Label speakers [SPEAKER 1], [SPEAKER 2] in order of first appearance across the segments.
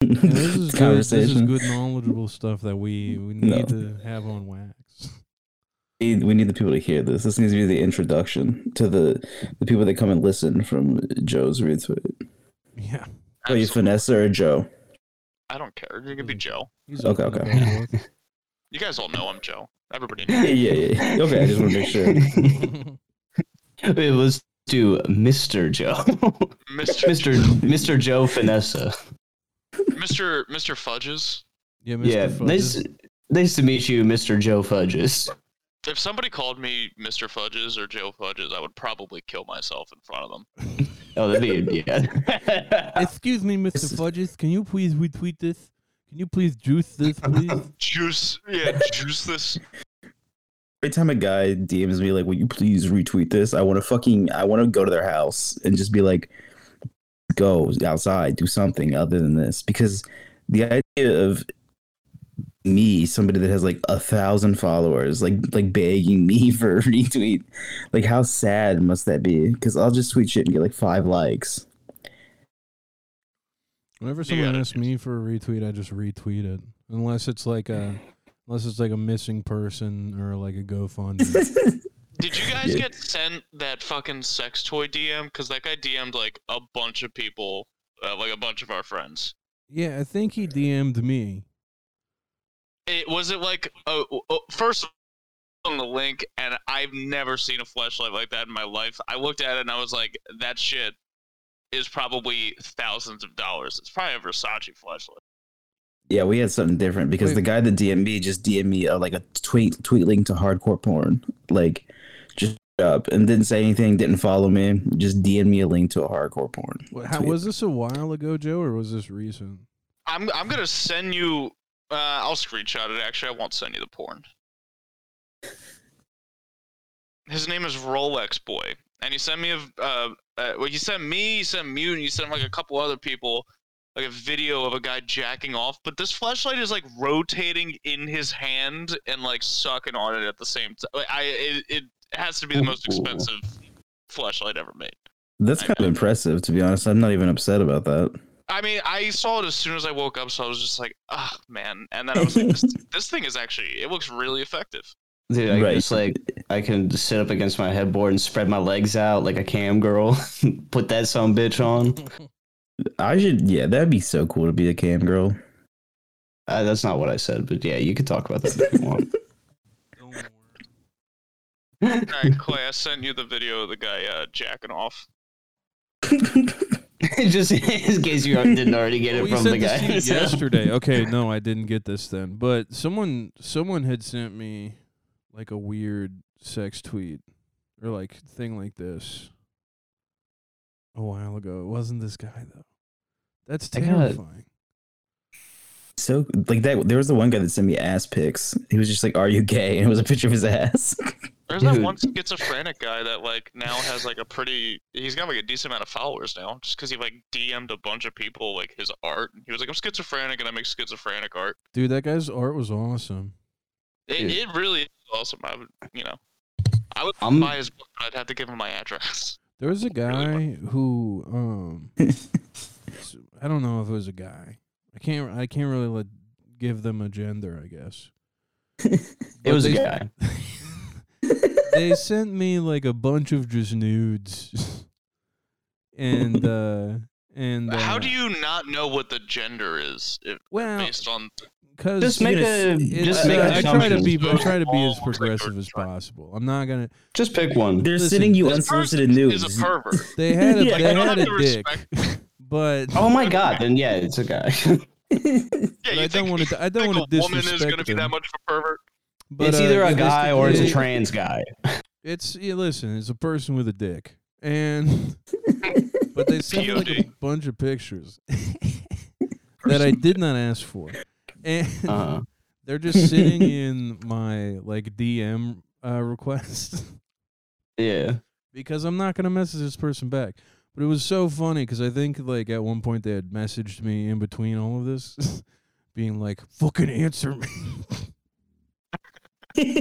[SPEAKER 1] And this is good, this is
[SPEAKER 2] conversation.
[SPEAKER 1] good knowledgeable stuff that we, we
[SPEAKER 2] No.
[SPEAKER 1] need to have on wax.
[SPEAKER 2] We we need the people to hear this. This needs to be the introduction to the the people that come and listen from Joe's retweet. Are
[SPEAKER 1] Yeah.
[SPEAKER 2] Oh, you
[SPEAKER 3] Absolutely.
[SPEAKER 2] Vanessa or Joe?
[SPEAKER 3] I don't care. You can be Joe.
[SPEAKER 1] He's
[SPEAKER 2] Okay,
[SPEAKER 1] open
[SPEAKER 2] okay.
[SPEAKER 1] about it.
[SPEAKER 3] You guys all know I'm Joe. Everybody
[SPEAKER 2] Yeah,
[SPEAKER 3] knows.
[SPEAKER 2] yeah, yeah. Okay, I just want to make sure.
[SPEAKER 4] Wait, let's do Mr. Joe.
[SPEAKER 3] Mr.
[SPEAKER 4] Mr. Mr. Joe Finessa.
[SPEAKER 3] Mr. Mr. Fudges.
[SPEAKER 1] yeah, Mr.
[SPEAKER 4] Yeah,
[SPEAKER 1] Fudges.
[SPEAKER 4] nice, nice to meet you, Mr. Joe Fudges.
[SPEAKER 3] If somebody called me Mr. Fudges or Joe Fudges, I would probably kill myself in front of them.
[SPEAKER 4] Oh, that'd be yeah.
[SPEAKER 1] Excuse me, Mr. Fudges. Can you please retweet this? Can you please juice this, please?
[SPEAKER 3] Juice, yeah, juice this.
[SPEAKER 2] Every time a guy DMs me like, "Will you please retweet this?" I want to fucking I want to go to their house and just be like, "Go outside, do something other than this," because the idea of me, somebody that has like a thousand followers, like like begging me for a retweet, like how sad must that be? Because I'll just tweet shit and get like five likes.
[SPEAKER 1] Whenever
[SPEAKER 3] You
[SPEAKER 1] someone
[SPEAKER 3] gotta
[SPEAKER 1] asks me for a retweet, I just retweet it. Unless it's like a unless it's like a missing person or like a GoFundMe.
[SPEAKER 3] Did you guys
[SPEAKER 2] Yeah.
[SPEAKER 3] get sent that fucking sex toy DM? Because that guy DM'd like a bunch of people, uh, like a bunch of our friends.
[SPEAKER 1] yeah, I think he DM'd me.
[SPEAKER 3] It was it like oh, oh, first on the link, and I've never seen a flashlight like that in my life. I looked at it and I was like, that shit is probably thousands of dollars. It's probably a Versace flashlight.
[SPEAKER 2] Yeah, we had something different because
[SPEAKER 1] Wait.
[SPEAKER 2] the guy that DM'd me just DM'd me uh, like a tweet tweet link to hardcore porn, like just up and didn't say anything, didn't follow me, just DM'd me a link to a hardcore porn.
[SPEAKER 1] Wha- How,
[SPEAKER 2] tweet.
[SPEAKER 1] was this a while ago, Joe, or was this recent?
[SPEAKER 3] I'm I'm gonna send you. Uh, I'll screenshot it. Actually, I won't send you the porn. His name is Rolex Boy, and he sent me a. Uh, uh, well, he sent me, he sent Mute, and he sent like a couple other people, like a video of a guy jacking off. But this flashlight is like rotating in his hand and like sucking on it at the same time. I it, it has to be the most expensive flashlight ever made.
[SPEAKER 2] That's kind of impressive, to be honest. I'm not even upset about that.
[SPEAKER 3] I mean, I saw it as soon as I woke up, so I was just like, "Ah, man!" And then I was like, this, "This thing is actually it looks really effective."
[SPEAKER 4] Dude, I
[SPEAKER 2] Right.
[SPEAKER 4] just like I can sit up against my headboard and spread my legs out like a cam girl. Put that some bitch on.
[SPEAKER 2] I should, yeah, that'd be so cool to be a cam girl.
[SPEAKER 4] Uh, that's not what I said, but yeah, you could talk about that if you want.
[SPEAKER 3] All right, Clay, I sent you the video of the guy uh, jacking off.
[SPEAKER 4] just in case you didn't already get it
[SPEAKER 1] Well, you
[SPEAKER 4] from the
[SPEAKER 1] sent
[SPEAKER 4] guy.
[SPEAKER 1] this to
[SPEAKER 4] So-
[SPEAKER 1] me yesterday. Okay, no, I didn't get this then. But someone someone had sent me like a weird sex tweet or like thing like this a while ago. It wasn't this guy though. That's
[SPEAKER 4] I got-
[SPEAKER 1] terrifying.
[SPEAKER 2] So, like that, there was the one guy that sent me ass pics. He was just like, Are you gay? And it was a picture of his ass.
[SPEAKER 3] There's that
[SPEAKER 4] Dude.
[SPEAKER 3] one schizophrenic guy that like now has like a pretty. He's got like a decent amount of followers now, just because he like DM'd a bunch of people like his art. He was like, "I'm schizophrenic and I make schizophrenic art."
[SPEAKER 1] Dude, that guy's art was awesome.
[SPEAKER 3] It,
[SPEAKER 4] Dude.
[SPEAKER 3] it really is awesome. I would, you know, I would
[SPEAKER 4] I'm-
[SPEAKER 3] buy his book, but I'd have to give him my address.
[SPEAKER 1] There was a guy who um s- I don't know if it was a guy. I can't I can't really let give them a gender, I guess.
[SPEAKER 4] It was a
[SPEAKER 1] But they-
[SPEAKER 4] guy.
[SPEAKER 1] they sent me like a bunch of just nudes. and uh and uh,
[SPEAKER 3] How do you not know what the gender is if,
[SPEAKER 1] well
[SPEAKER 3] based on
[SPEAKER 1] cuz
[SPEAKER 4] Just make a
[SPEAKER 2] Seriously.
[SPEAKER 4] just
[SPEAKER 2] Uh,
[SPEAKER 4] make
[SPEAKER 1] I try to
[SPEAKER 4] assumptions.
[SPEAKER 1] be I
[SPEAKER 3] assumptions.
[SPEAKER 1] try to be as
[SPEAKER 3] All looks like
[SPEAKER 1] progressive
[SPEAKER 3] they're
[SPEAKER 1] as
[SPEAKER 3] trying.
[SPEAKER 1] possible. I'm not going to
[SPEAKER 4] Just pick one.
[SPEAKER 2] They're
[SPEAKER 1] Listen,
[SPEAKER 2] sending you
[SPEAKER 3] This
[SPEAKER 2] unsolicited
[SPEAKER 3] person
[SPEAKER 2] news.
[SPEAKER 3] Is a pervert.
[SPEAKER 1] They had a
[SPEAKER 2] Yeah.
[SPEAKER 1] they
[SPEAKER 3] Like, I don't
[SPEAKER 1] had
[SPEAKER 3] have
[SPEAKER 1] a
[SPEAKER 3] to
[SPEAKER 1] dick.
[SPEAKER 3] respect-
[SPEAKER 1] But
[SPEAKER 4] Oh my god, then yeah, it's a guy.
[SPEAKER 3] Yeah,
[SPEAKER 1] but
[SPEAKER 3] you
[SPEAKER 1] I
[SPEAKER 3] think,
[SPEAKER 1] don't want to I don't
[SPEAKER 3] think
[SPEAKER 1] want to
[SPEAKER 3] a woman
[SPEAKER 1] disrespect
[SPEAKER 3] is going to be that
[SPEAKER 1] them,
[SPEAKER 3] much of a pervert?
[SPEAKER 1] but,
[SPEAKER 4] it's
[SPEAKER 1] uh,
[SPEAKER 4] either a guy or it's a
[SPEAKER 1] they-
[SPEAKER 4] trans guy.
[SPEAKER 1] It's yeah, listen, it's a person with a dick, and but they sent me like a
[SPEAKER 3] POD.
[SPEAKER 1] bunch of pictures that I did not ask for, and
[SPEAKER 4] Uh,
[SPEAKER 1] they're just sitting in my like DM uh, request
[SPEAKER 4] yeah.
[SPEAKER 1] because I'm not gonna message this person back. But it was so funny because I think like at one point they had messaged me in between all of this, being like, "Fucking answer me."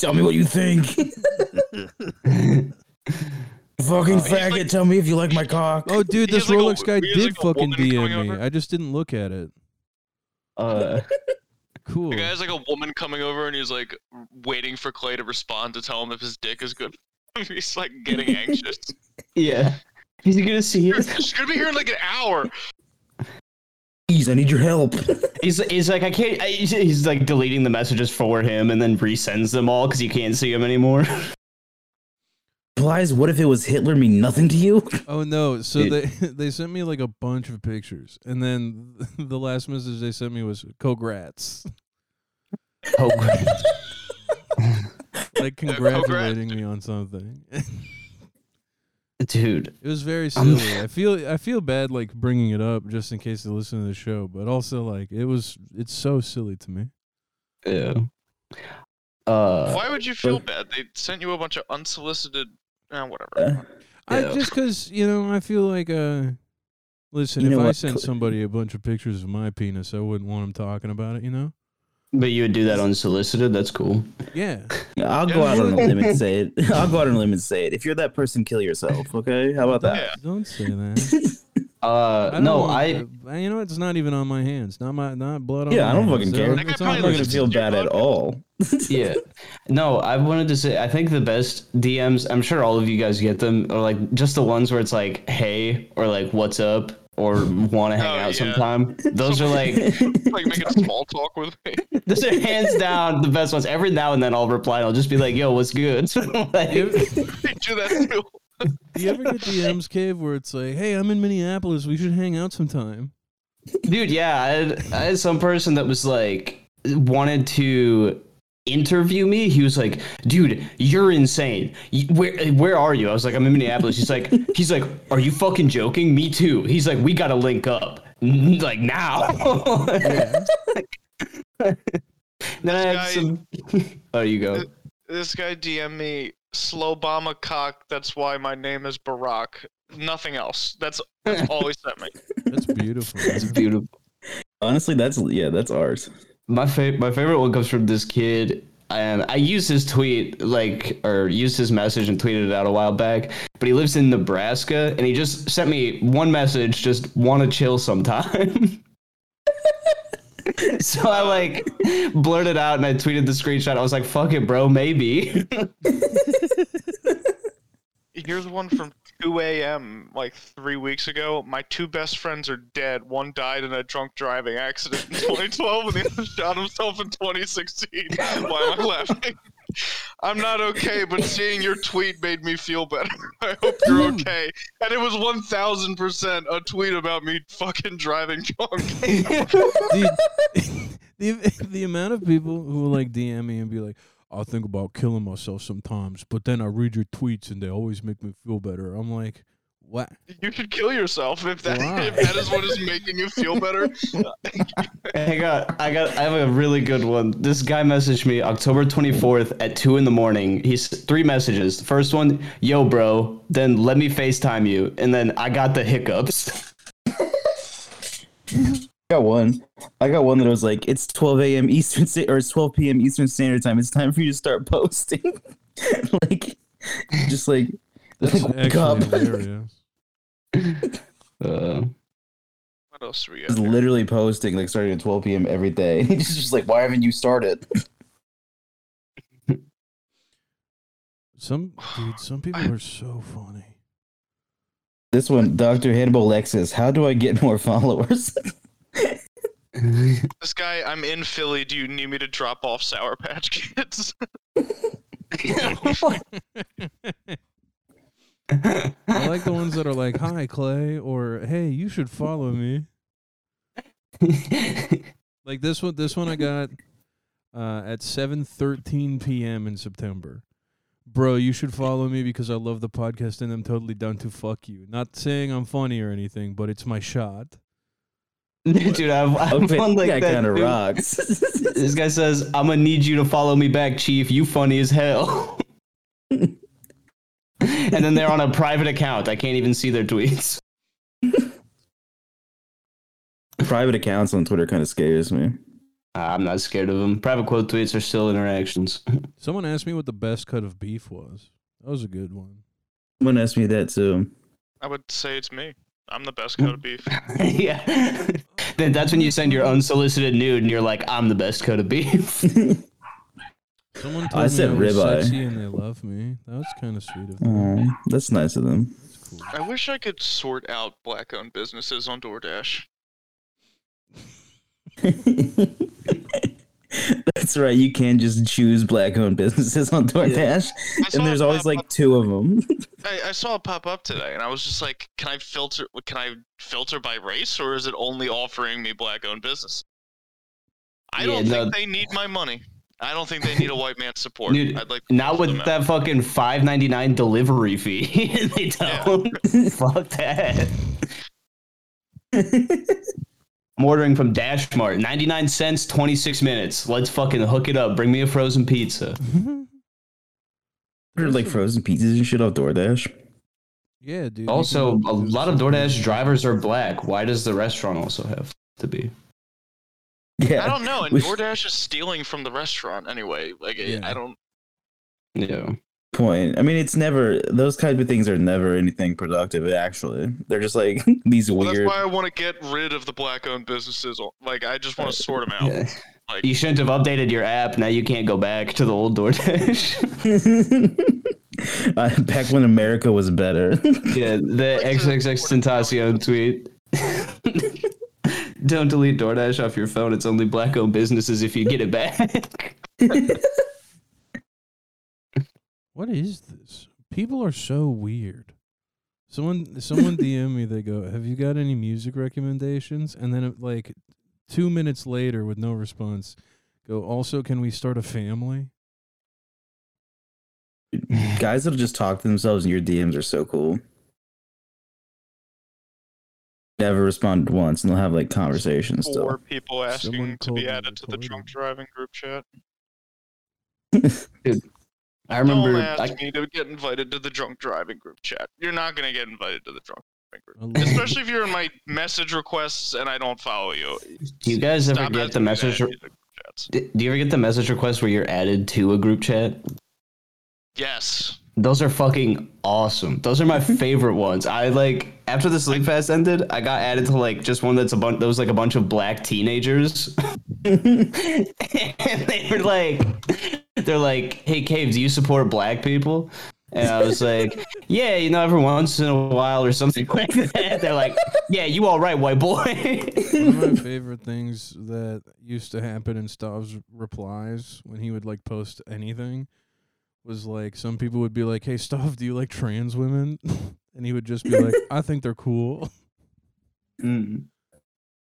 [SPEAKER 2] Tell me what you think. Fucking
[SPEAKER 3] He's like-
[SPEAKER 2] faggot, tell me if you like my cock.
[SPEAKER 1] Oh, dude,
[SPEAKER 3] He has
[SPEAKER 1] this
[SPEAKER 3] like a-
[SPEAKER 1] Rolex guy
[SPEAKER 3] he has
[SPEAKER 1] did
[SPEAKER 3] like a
[SPEAKER 1] fucking
[SPEAKER 3] woman
[SPEAKER 1] DM me.
[SPEAKER 3] coming over.
[SPEAKER 1] I just didn't look at it.
[SPEAKER 4] Uh,
[SPEAKER 1] Cool.
[SPEAKER 3] The guy's like a woman coming over and he's like waiting for Clay to respond to tell him if his dick is good. he's like getting anxious.
[SPEAKER 4] yeah. Is he gonna see it?
[SPEAKER 3] She's gonna be here in like an hour.
[SPEAKER 2] Please, I need your help.
[SPEAKER 4] He's, he's like I can't. I, he's- he's like deleting the messages for him and then resends them all because he can't see them anymore.
[SPEAKER 2] Replies, what if it was Hitler mean nothing to you?
[SPEAKER 1] Oh no! So
[SPEAKER 4] It-
[SPEAKER 1] they they sent me like a bunch of pictures, and then the last message they sent me was "Congrats,"
[SPEAKER 4] Oh, great.
[SPEAKER 1] like congratulating me on something.
[SPEAKER 4] dude.
[SPEAKER 1] it was very
[SPEAKER 4] I'm-
[SPEAKER 1] silly. I feel I feel bad like bringing it up just in case they listen to the show, but also like it was it's so silly to me.
[SPEAKER 4] Yeah. Uh,
[SPEAKER 3] Why would you feel
[SPEAKER 2] okay.
[SPEAKER 3] bad? They sent you a bunch of unsolicited. Uh, whatever.
[SPEAKER 2] Uh,
[SPEAKER 1] I
[SPEAKER 4] Yeah.
[SPEAKER 1] just because you know I feel like uh, listen,
[SPEAKER 2] You
[SPEAKER 1] if
[SPEAKER 2] know
[SPEAKER 1] I
[SPEAKER 2] what,
[SPEAKER 1] sent
[SPEAKER 2] Cl-
[SPEAKER 1] somebody a bunch of pictures of my penis, I wouldn't want them talking about it. You know?
[SPEAKER 4] but you would do that unsolicited. That's cool.
[SPEAKER 1] Yeah.
[SPEAKER 2] I'll go out on a limb and say it. I'll go out on a limb and say it. If you're that person, kill yourself, okay? How about that?
[SPEAKER 3] Yeah.
[SPEAKER 1] Don't say that.
[SPEAKER 4] Uh,
[SPEAKER 1] I don't
[SPEAKER 4] no,
[SPEAKER 1] want
[SPEAKER 4] I.
[SPEAKER 1] the- you know it's not even on my hands. Not my not blood on.
[SPEAKER 2] Yeah, I
[SPEAKER 1] my
[SPEAKER 2] don't
[SPEAKER 1] hands.
[SPEAKER 2] fucking
[SPEAKER 1] So
[SPEAKER 2] care.
[SPEAKER 1] if
[SPEAKER 3] That guy
[SPEAKER 1] it's on
[SPEAKER 3] probably
[SPEAKER 2] I'm
[SPEAKER 1] my-
[SPEAKER 2] not
[SPEAKER 3] looks
[SPEAKER 2] gonna feel bad at all.
[SPEAKER 4] yeah. No, I wanted to say I think the best DMs, I'm sure all of you guys get them, are like just the ones where it's like, hey, or like what's up, or wanna hang
[SPEAKER 3] Oh,
[SPEAKER 4] out
[SPEAKER 3] yeah.
[SPEAKER 4] sometime. Those are like
[SPEAKER 3] Like making small talk with me.
[SPEAKER 4] those are hands down the best ones. Every now and then I'll reply and I'll just be like, yo, what's good? like,
[SPEAKER 3] They do that too.
[SPEAKER 1] Do you ever get DMs cave where it's like, hey, I'm in Minneapolis. We should hang out sometime.
[SPEAKER 4] dude, yeah, I had, I had some person that was like wanted to interview me. He was like, "Dude, you're insane. You- Where where are you?" I was like, "I'm in Minneapolis." He's like, "He's like, are you fucking joking? Me too." He's like, "We gotta link up, N- like now." then I had
[SPEAKER 3] Guy-
[SPEAKER 4] some. oh, you go.
[SPEAKER 3] This guy DM me slow bomber cock. That's why my name is Barack. Nothing else. That's, that's all he sent me.
[SPEAKER 1] That's beautiful.
[SPEAKER 4] It's
[SPEAKER 1] man.
[SPEAKER 4] beautiful.
[SPEAKER 2] Honestly, that's yeah, that's ours.
[SPEAKER 4] My fa- my favorite one comes from this kid, and I used his tweet like or used his message and tweeted it out a while back. But he lives in Nebraska, and he just sent me one message, just want to chill sometime. so I like blurted out and I tweeted the screenshot. I was like, "Fuck it, bro, maybe."
[SPEAKER 3] Here's one from 2 a.m. like three weeks ago. My two best friends are dead. One died in a drunk driving accident in 2012, and the other shot himself in 2016. Why am I laughing? I'm not okay, but seeing your tweet made me feel better. I hope you're okay. And it was 1,000% a tweet about me fucking driving drunk.
[SPEAKER 1] Dude, the the amount of people who will like DM me and be like, I think about killing myself sometimes, but then I read your tweets and they always make me feel better. I'm like, what?
[SPEAKER 3] You should kill yourself if that
[SPEAKER 1] Why?
[SPEAKER 3] if that is what is making you feel better.
[SPEAKER 4] Hang on, I got. I have a really good one. This guy messaged me October twenty fourth at two in the morning. He's three messages. The first one, yo, bro. Then let me Facetime you, and then I got the hiccups.
[SPEAKER 2] I got one. I got one that was like, it's 12 a.m. Eastern Sta- or it's 12 p.m. Eastern Standard Time. It's time for you to start posting. like, just like,
[SPEAKER 1] That's
[SPEAKER 2] like, wake up.
[SPEAKER 1] actually hilarious.
[SPEAKER 4] Uh,
[SPEAKER 3] What else do we got?
[SPEAKER 2] Just literally posting like starting at 12 p.m. every day. It's just like, why haven't you started?
[SPEAKER 1] Some dude, some people are so funny.
[SPEAKER 2] This one, Dr. Hannibal Lexus. How do I get more followers?
[SPEAKER 3] This guy, I'm in Philly. Do you need me to drop off Sour Patch Kids?
[SPEAKER 1] I like the ones that are like, "Hi, Clay," or "Hey, you should follow me." Like this one. This one I got uh, at seven thirteen p.m. in September. Bro, you should follow me because I love the podcast and I'm totally down to fuck you. Not saying I'm funny or anything, but it's my shot.
[SPEAKER 4] Dude, I've, I've one like
[SPEAKER 2] yeah,
[SPEAKER 4] that.
[SPEAKER 2] kind of
[SPEAKER 4] dude.
[SPEAKER 2] rocks.
[SPEAKER 4] This guy says, "I'm gonna need you to follow me back, Chief. You funny as hell." and then they're on a private account. I can't even see their tweets.
[SPEAKER 2] Private accounts on Twitter kind of scares me.
[SPEAKER 4] I'm not scared of them. Private quote tweets are still interactions.
[SPEAKER 1] Someone asked me what the best cut of beef was. That was a good one.
[SPEAKER 2] Someone asked me that too.
[SPEAKER 3] I would say it's me. I'm the best coat of beef.
[SPEAKER 4] yeah. then that's when you send your unsolicited nude and you're like, I'm the best coat of beef.
[SPEAKER 1] Someone told
[SPEAKER 2] I
[SPEAKER 1] me
[SPEAKER 2] said
[SPEAKER 1] I was
[SPEAKER 2] ribeye.
[SPEAKER 1] sexy and they love me. That was kind of sweet of them.
[SPEAKER 2] Aw, that's nice of them.
[SPEAKER 1] That's cool.
[SPEAKER 3] I wish I could sort out black owned businesses on DoorDash.
[SPEAKER 2] that's right. You can just choose black-owned businesses on DoorDash,
[SPEAKER 3] I saw
[SPEAKER 2] and there's
[SPEAKER 3] it
[SPEAKER 2] always
[SPEAKER 3] pop
[SPEAKER 2] like
[SPEAKER 3] up-
[SPEAKER 2] two of them.
[SPEAKER 3] I, I saw it pop up today, and I was just like, "Can I filter? Can I filter by race, or is it only offering me black-owned business?" I
[SPEAKER 4] Yeah,
[SPEAKER 3] don't
[SPEAKER 4] no.
[SPEAKER 3] think they need my money. I don't think they need a white man's support.
[SPEAKER 4] Dude,
[SPEAKER 3] I'd like to
[SPEAKER 4] Not
[SPEAKER 3] help
[SPEAKER 4] with
[SPEAKER 3] them out.
[SPEAKER 4] that fucking five ninety nine delivery fee. they don't. Fuck that. I'm ordering from Dashmart. 99 cents, 26 minutes. Let's fucking hook it up. Bring me a frozen pizza.
[SPEAKER 2] Mm. Ordered, like frozen pizzas and shit off DoorDash.
[SPEAKER 1] yeah, dude. you
[SPEAKER 4] Also,
[SPEAKER 1] can
[SPEAKER 4] a
[SPEAKER 1] do
[SPEAKER 4] lot of
[SPEAKER 1] something.
[SPEAKER 4] DoorDash drivers are black. Why does the restaurant also have to be?
[SPEAKER 2] Yeah,
[SPEAKER 3] I don't know. And
[SPEAKER 2] Which-
[SPEAKER 3] DoorDash is stealing from the restaurant anyway. Like, I-
[SPEAKER 1] Yeah.
[SPEAKER 3] I don't.
[SPEAKER 4] Yeah.
[SPEAKER 2] point. I mean, it's never those kinds of things are never anything productive. Actually, they're just like these
[SPEAKER 3] Well, that's
[SPEAKER 2] weird.
[SPEAKER 3] why I want to get rid of the black-owned businesses. Like, I just want to sort them out.
[SPEAKER 4] Uh, yeah.
[SPEAKER 3] Like,
[SPEAKER 4] You shouldn't have updated your app. Now you can't go back to the old DoorDash.
[SPEAKER 2] Uh, back when America was better.
[SPEAKER 4] yeah, the XXXTentacion tweet. Don't delete DoorDash off your phone. It's only black owned businesses if you get it back.
[SPEAKER 1] What is this? People are so weird. Someone someone DM me. They go, "Have you got any music recommendations?" And then it, like two minutes later, with no response, go. Also, can we start a family?
[SPEAKER 2] Guys that'll just talk to themselves in your DMs are so cool. Never respond once, and they'll have like conversations
[SPEAKER 3] four
[SPEAKER 2] still.
[SPEAKER 3] people
[SPEAKER 1] Someone
[SPEAKER 3] asking to
[SPEAKER 1] called
[SPEAKER 3] be
[SPEAKER 1] me
[SPEAKER 3] added to the
[SPEAKER 1] retarded.
[SPEAKER 3] drunk driving group chat.
[SPEAKER 4] I remember.
[SPEAKER 3] Don't ask
[SPEAKER 4] I-
[SPEAKER 3] me to get invited to the drunk driving group chat. You're not gonna get invited to the drunk driving group,
[SPEAKER 1] I love-
[SPEAKER 3] especially if you're in my message requests and I don't follow you.
[SPEAKER 4] do you guys ever
[SPEAKER 3] Stop
[SPEAKER 4] get the
[SPEAKER 3] asking me to
[SPEAKER 4] message?
[SPEAKER 3] add you to group chats.
[SPEAKER 4] d- Do you ever get the message request where you're added to a group chat?
[SPEAKER 3] Yes.
[SPEAKER 4] Those are fucking awesome. Those are my favorite ones. I like after the sleep fast ended, I got added to like just one that's a bunch. That was like a bunch of black teenagers, and they were like, they're like, "Hey, Cave, do you support black people?" And I was like, "Yeah, you know, every once in a while or something like that." They're like, "Yeah, you all right, white boy."
[SPEAKER 1] One of my favorite things that used to happen in Stav's replies when he would like post anything was like some people would be like, "Hey Stav, do you like trans women?" and he would just be like, "I think they're cool."
[SPEAKER 4] Mm.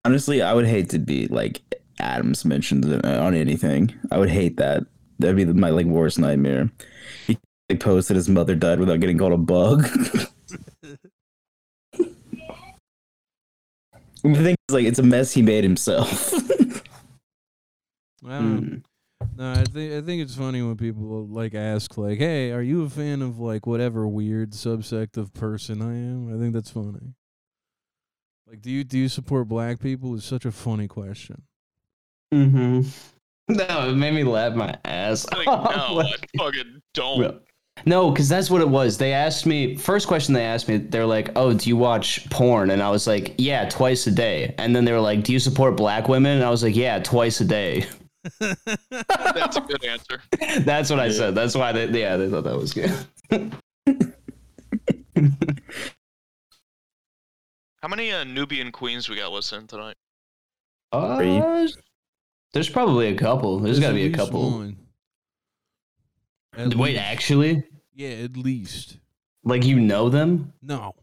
[SPEAKER 2] Honestly, I would hate to be like Adams mentioned in- on anything. I would hate that. That'd be my like worst nightmare. He like, posted his mother died without getting called a bug. the thing is, like, it's a mess he made himself.
[SPEAKER 1] I don't know.
[SPEAKER 4] Hmm.
[SPEAKER 1] No, I think I think it's funny when people like ask like, "Hey, are you a fan of like whatever weird subsect of person I am?" I think that's funny. Like, do you do you support black people? Is such a funny question.
[SPEAKER 4] Mm-hmm. No, it made me laugh my ass.
[SPEAKER 3] Like,
[SPEAKER 4] off.
[SPEAKER 3] no, I
[SPEAKER 4] Like-
[SPEAKER 3] fucking don't.
[SPEAKER 4] Well, No, because that's what it was. They asked me first question. They asked me, they're like, "Oh, do you watch porn?" And I was like, "Yeah, twice a day." And then they were like, "Do you support black women?" And I was like, "Yeah, twice a day."
[SPEAKER 3] That's a good answer.
[SPEAKER 4] That's what I said. That's why they, yeah, they thought that was good.
[SPEAKER 3] How many uh, Nubian queens we got listening tonight?
[SPEAKER 4] Uh, there's probably a couple. There's got to
[SPEAKER 1] at
[SPEAKER 4] be a
[SPEAKER 1] least
[SPEAKER 4] couple.
[SPEAKER 1] one. At
[SPEAKER 4] Wait,
[SPEAKER 1] least-
[SPEAKER 4] actually,
[SPEAKER 1] yeah, at least
[SPEAKER 4] like you know them?
[SPEAKER 1] no.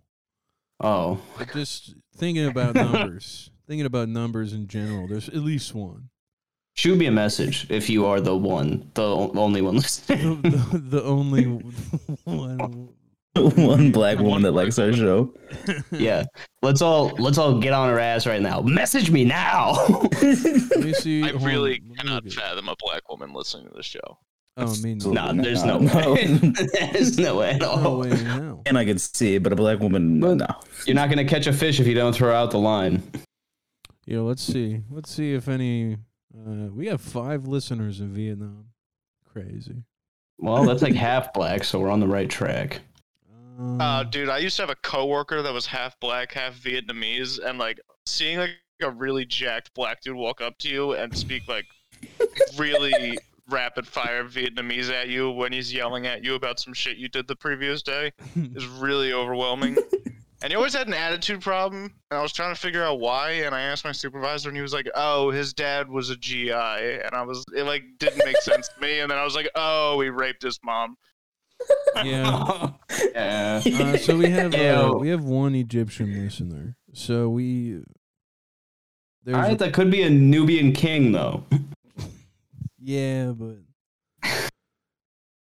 [SPEAKER 4] Oh,
[SPEAKER 1] But just thinking about numbers, thinking about numbers in general. There's at least one.
[SPEAKER 4] shoot me a message if you are the one, the o- only one
[SPEAKER 1] The,
[SPEAKER 4] listening.
[SPEAKER 1] the, the only one.
[SPEAKER 2] One black woman that likes our show.
[SPEAKER 4] yeah, let's all let's all get on her ass right now. Message me now.
[SPEAKER 1] Let me see.
[SPEAKER 3] I
[SPEAKER 1] hold on,
[SPEAKER 3] really
[SPEAKER 1] let me
[SPEAKER 3] cannot
[SPEAKER 1] look at-
[SPEAKER 3] fathom a black woman listening to this show.
[SPEAKER 1] Oh, me neither.
[SPEAKER 4] Nah,
[SPEAKER 2] Nah,
[SPEAKER 4] there's no,
[SPEAKER 2] no.
[SPEAKER 4] way. there's no way at all.
[SPEAKER 1] Oh, No way in hell.
[SPEAKER 2] And I could see it, but a black woman, no.
[SPEAKER 4] You're not gonna catch a fish if you don't throw out the line.
[SPEAKER 1] Yeah, let's see. Let's see if any. Uh, we have five listeners in Vietnam. Crazy.
[SPEAKER 4] Well, that's like half black, so we're on the right track.
[SPEAKER 1] Uh,
[SPEAKER 3] Uh,
[SPEAKER 1] Um,
[SPEAKER 3] dude, I used to have a coworker that was half black, half Vietnamese, and like seeing like a really jacked black dude walk up to you and speak like really rapid fire Vietnamese at you when he's yelling at you about some shit you did the previous day is really overwhelming. and he always had an attitude problem, and I was trying to figure out why. And I asked my supervisor, and he was like, "Oh, his dad was a GI," and I was it like didn't make sense to me. And then I was like, "Oh, he raped his mom."
[SPEAKER 1] yeah.
[SPEAKER 4] Yeah.
[SPEAKER 1] Uh, so we have uh,
[SPEAKER 4] Ew.
[SPEAKER 1] we have one Egyptian listener. So we there's
[SPEAKER 4] All right, that could be a Nubian king though.
[SPEAKER 1] yeah, but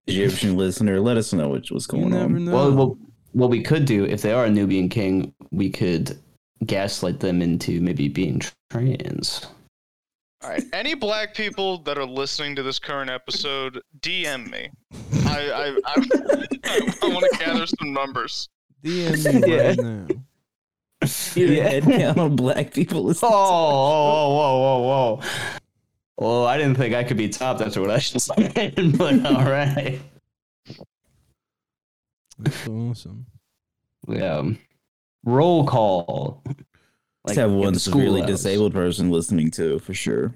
[SPEAKER 2] Egyptian listener, let us know what was
[SPEAKER 1] you
[SPEAKER 2] going
[SPEAKER 1] never
[SPEAKER 2] on.
[SPEAKER 1] know.
[SPEAKER 4] Well, well, what we could do if they are a Nubian king, we could gaslight them into maybe being trans.
[SPEAKER 3] All right. Any black people that are listening to this current episode, DM me. I I, I, I want to gather some numbers.
[SPEAKER 1] DM me
[SPEAKER 4] Yeah.
[SPEAKER 1] right now.
[SPEAKER 2] Your
[SPEAKER 4] Yeah.
[SPEAKER 2] head count on black people is
[SPEAKER 4] Oh, whoa, whoa, whoa, whoa. Well, I didn't think I could be topped after what I just said, but all right.
[SPEAKER 1] That's so awesome.
[SPEAKER 4] Yeah. um, Roll call.
[SPEAKER 2] Let's have one
[SPEAKER 4] at the school
[SPEAKER 2] severely
[SPEAKER 4] house.
[SPEAKER 2] disabled person listening to for sure.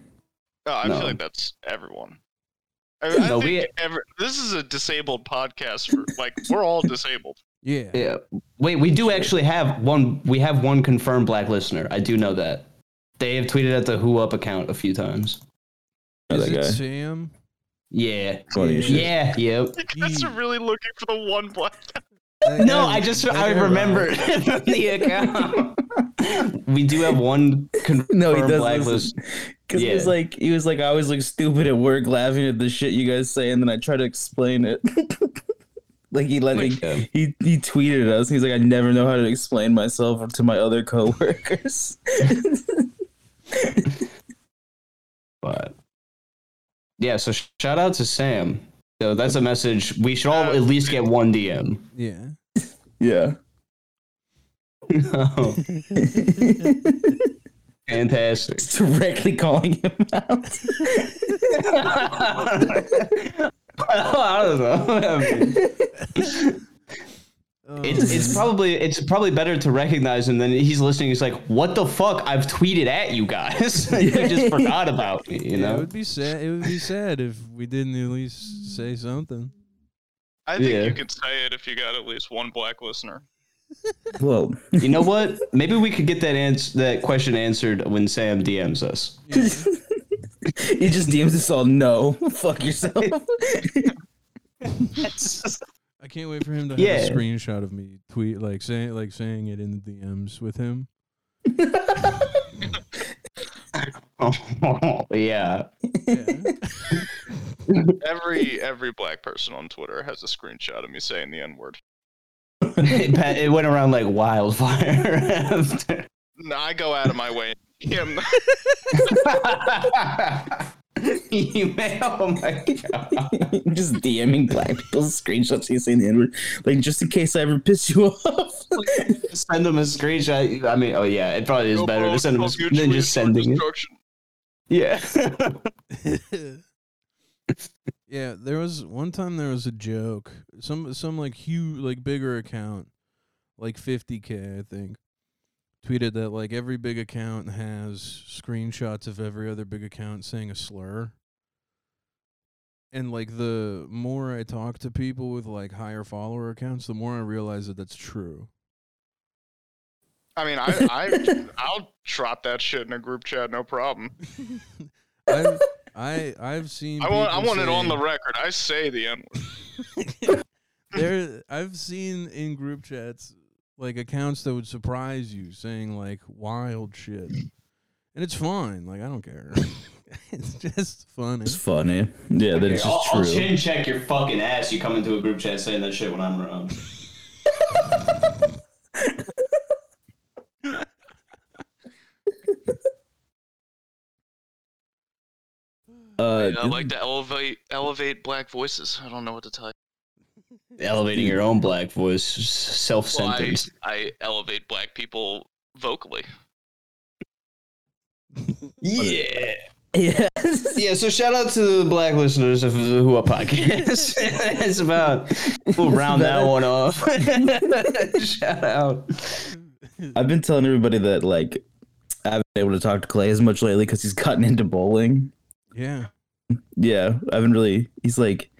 [SPEAKER 3] Oh, I
[SPEAKER 4] No.
[SPEAKER 3] feel like that's everyone. I, I
[SPEAKER 4] No,
[SPEAKER 3] think
[SPEAKER 4] we-
[SPEAKER 3] every, this is a disabled podcast. For, like we're all disabled.
[SPEAKER 1] Yeah.
[SPEAKER 4] Yeah. Wait, we do actually have one. We have one confirmed black listener. I do know that. They have tweeted at the Who Up account a few times.
[SPEAKER 2] Oh,
[SPEAKER 1] Is
[SPEAKER 2] that
[SPEAKER 1] it
[SPEAKER 2] guy.
[SPEAKER 1] Sam?
[SPEAKER 4] Yeah.
[SPEAKER 2] Funny as shit.
[SPEAKER 4] Yeah. Yep.
[SPEAKER 3] You guys
[SPEAKER 1] Ye-
[SPEAKER 3] are really looking for the one black.
[SPEAKER 1] That
[SPEAKER 4] No,
[SPEAKER 1] guy-
[SPEAKER 4] I just
[SPEAKER 1] that
[SPEAKER 4] I
[SPEAKER 1] guy
[SPEAKER 4] remember
[SPEAKER 1] rocked.
[SPEAKER 4] the account. we do have one confirmed
[SPEAKER 2] No, he does
[SPEAKER 4] black
[SPEAKER 2] listen.
[SPEAKER 4] listener.
[SPEAKER 2] Because he was
[SPEAKER 4] Yeah.
[SPEAKER 2] like, he was like, I always look stupid at work laughing at the shit you guys say, and then I try to explain it. like he let me,
[SPEAKER 4] Yeah.
[SPEAKER 2] he he tweeted us. He's like, I never know how to explain myself to my other coworkers.
[SPEAKER 4] But yeah, so sh- shout out to Sam. So that's a message. We should all at least get one DM.
[SPEAKER 1] Yeah.
[SPEAKER 2] yeah.
[SPEAKER 4] Fantastic.
[SPEAKER 2] It's directly calling him out.
[SPEAKER 4] I don't know.
[SPEAKER 1] Um,
[SPEAKER 4] It's, it's probably it's probably better to recognize him than he's listening. He's like, "What the fuck? I've tweeted at you guys. you just forgot about me." You
[SPEAKER 1] yeah, it
[SPEAKER 4] know?
[SPEAKER 1] would be sad. It would be sad if we didn't at least say something.
[SPEAKER 3] I think
[SPEAKER 4] Yeah.
[SPEAKER 3] you could say it if you got at least one black listener.
[SPEAKER 2] Well,
[SPEAKER 4] You know what? Maybe we could get that ans- that question answered when Sam DMs us.
[SPEAKER 1] Yeah.
[SPEAKER 2] he just DMs us all. No, fuck yourself.
[SPEAKER 1] I can't wait for him to
[SPEAKER 4] Yeah.
[SPEAKER 1] have a screenshot of me tweet like saying like saying it in the DMs with him.
[SPEAKER 4] yeah.
[SPEAKER 1] Yeah.
[SPEAKER 3] Every every black person on Twitter has a screenshot of me saying the N word.
[SPEAKER 4] it, pa- it went around like wildfire after.
[SPEAKER 3] No, I go out of my way. Him.
[SPEAKER 4] Email. Oh my god.
[SPEAKER 2] just DMing black people's screenshots. He's saying the N word, like just in case I ever piss you off.
[SPEAKER 4] Send them a screenshot. I mean, oh yeah, it probably is better to send them a sc- than just sending it. Yeah.
[SPEAKER 1] yeah, there was one time there was a joke. Some some like huge like bigger account, like 50k I think, tweeted that like every big account has screenshots of every other big account saying a slur. And like the more I talk to people with like higher follower accounts, the more I realize that that's true.
[SPEAKER 3] I mean, I, I I'll drop that shit in a group chat, no problem.
[SPEAKER 1] I've, I I've seen.
[SPEAKER 3] I want I
[SPEAKER 1] people
[SPEAKER 3] want it on
[SPEAKER 1] say-
[SPEAKER 3] the record. I say the N word.
[SPEAKER 1] there I've seen in group chats like accounts that would surprise you saying like wild shit. And it's fine. Like I don't care. it's just funny.
[SPEAKER 2] It's funny. Yeah, that it's just
[SPEAKER 4] Oh,
[SPEAKER 2] true.
[SPEAKER 4] check your fucking ass. You come into a group chat saying that shit when I'm around.
[SPEAKER 2] Uh,
[SPEAKER 3] I like to elevate elevate black voices. I don't know what to tell you.
[SPEAKER 4] Elevating your own black voice, self
[SPEAKER 3] Well, I,
[SPEAKER 4] centered.
[SPEAKER 3] I elevate black people vocally.
[SPEAKER 4] yeah.
[SPEAKER 2] Yeah.
[SPEAKER 4] Yeah, so shout out to the black listeners of the Who Up Podcast. it's about we'll round that one off. shout out.
[SPEAKER 2] I've been telling everybody that like I haven't been able to talk to Clay as much lately because he's gotten into bowling.
[SPEAKER 1] Yeah.
[SPEAKER 2] Yeah, I haven't really. He's like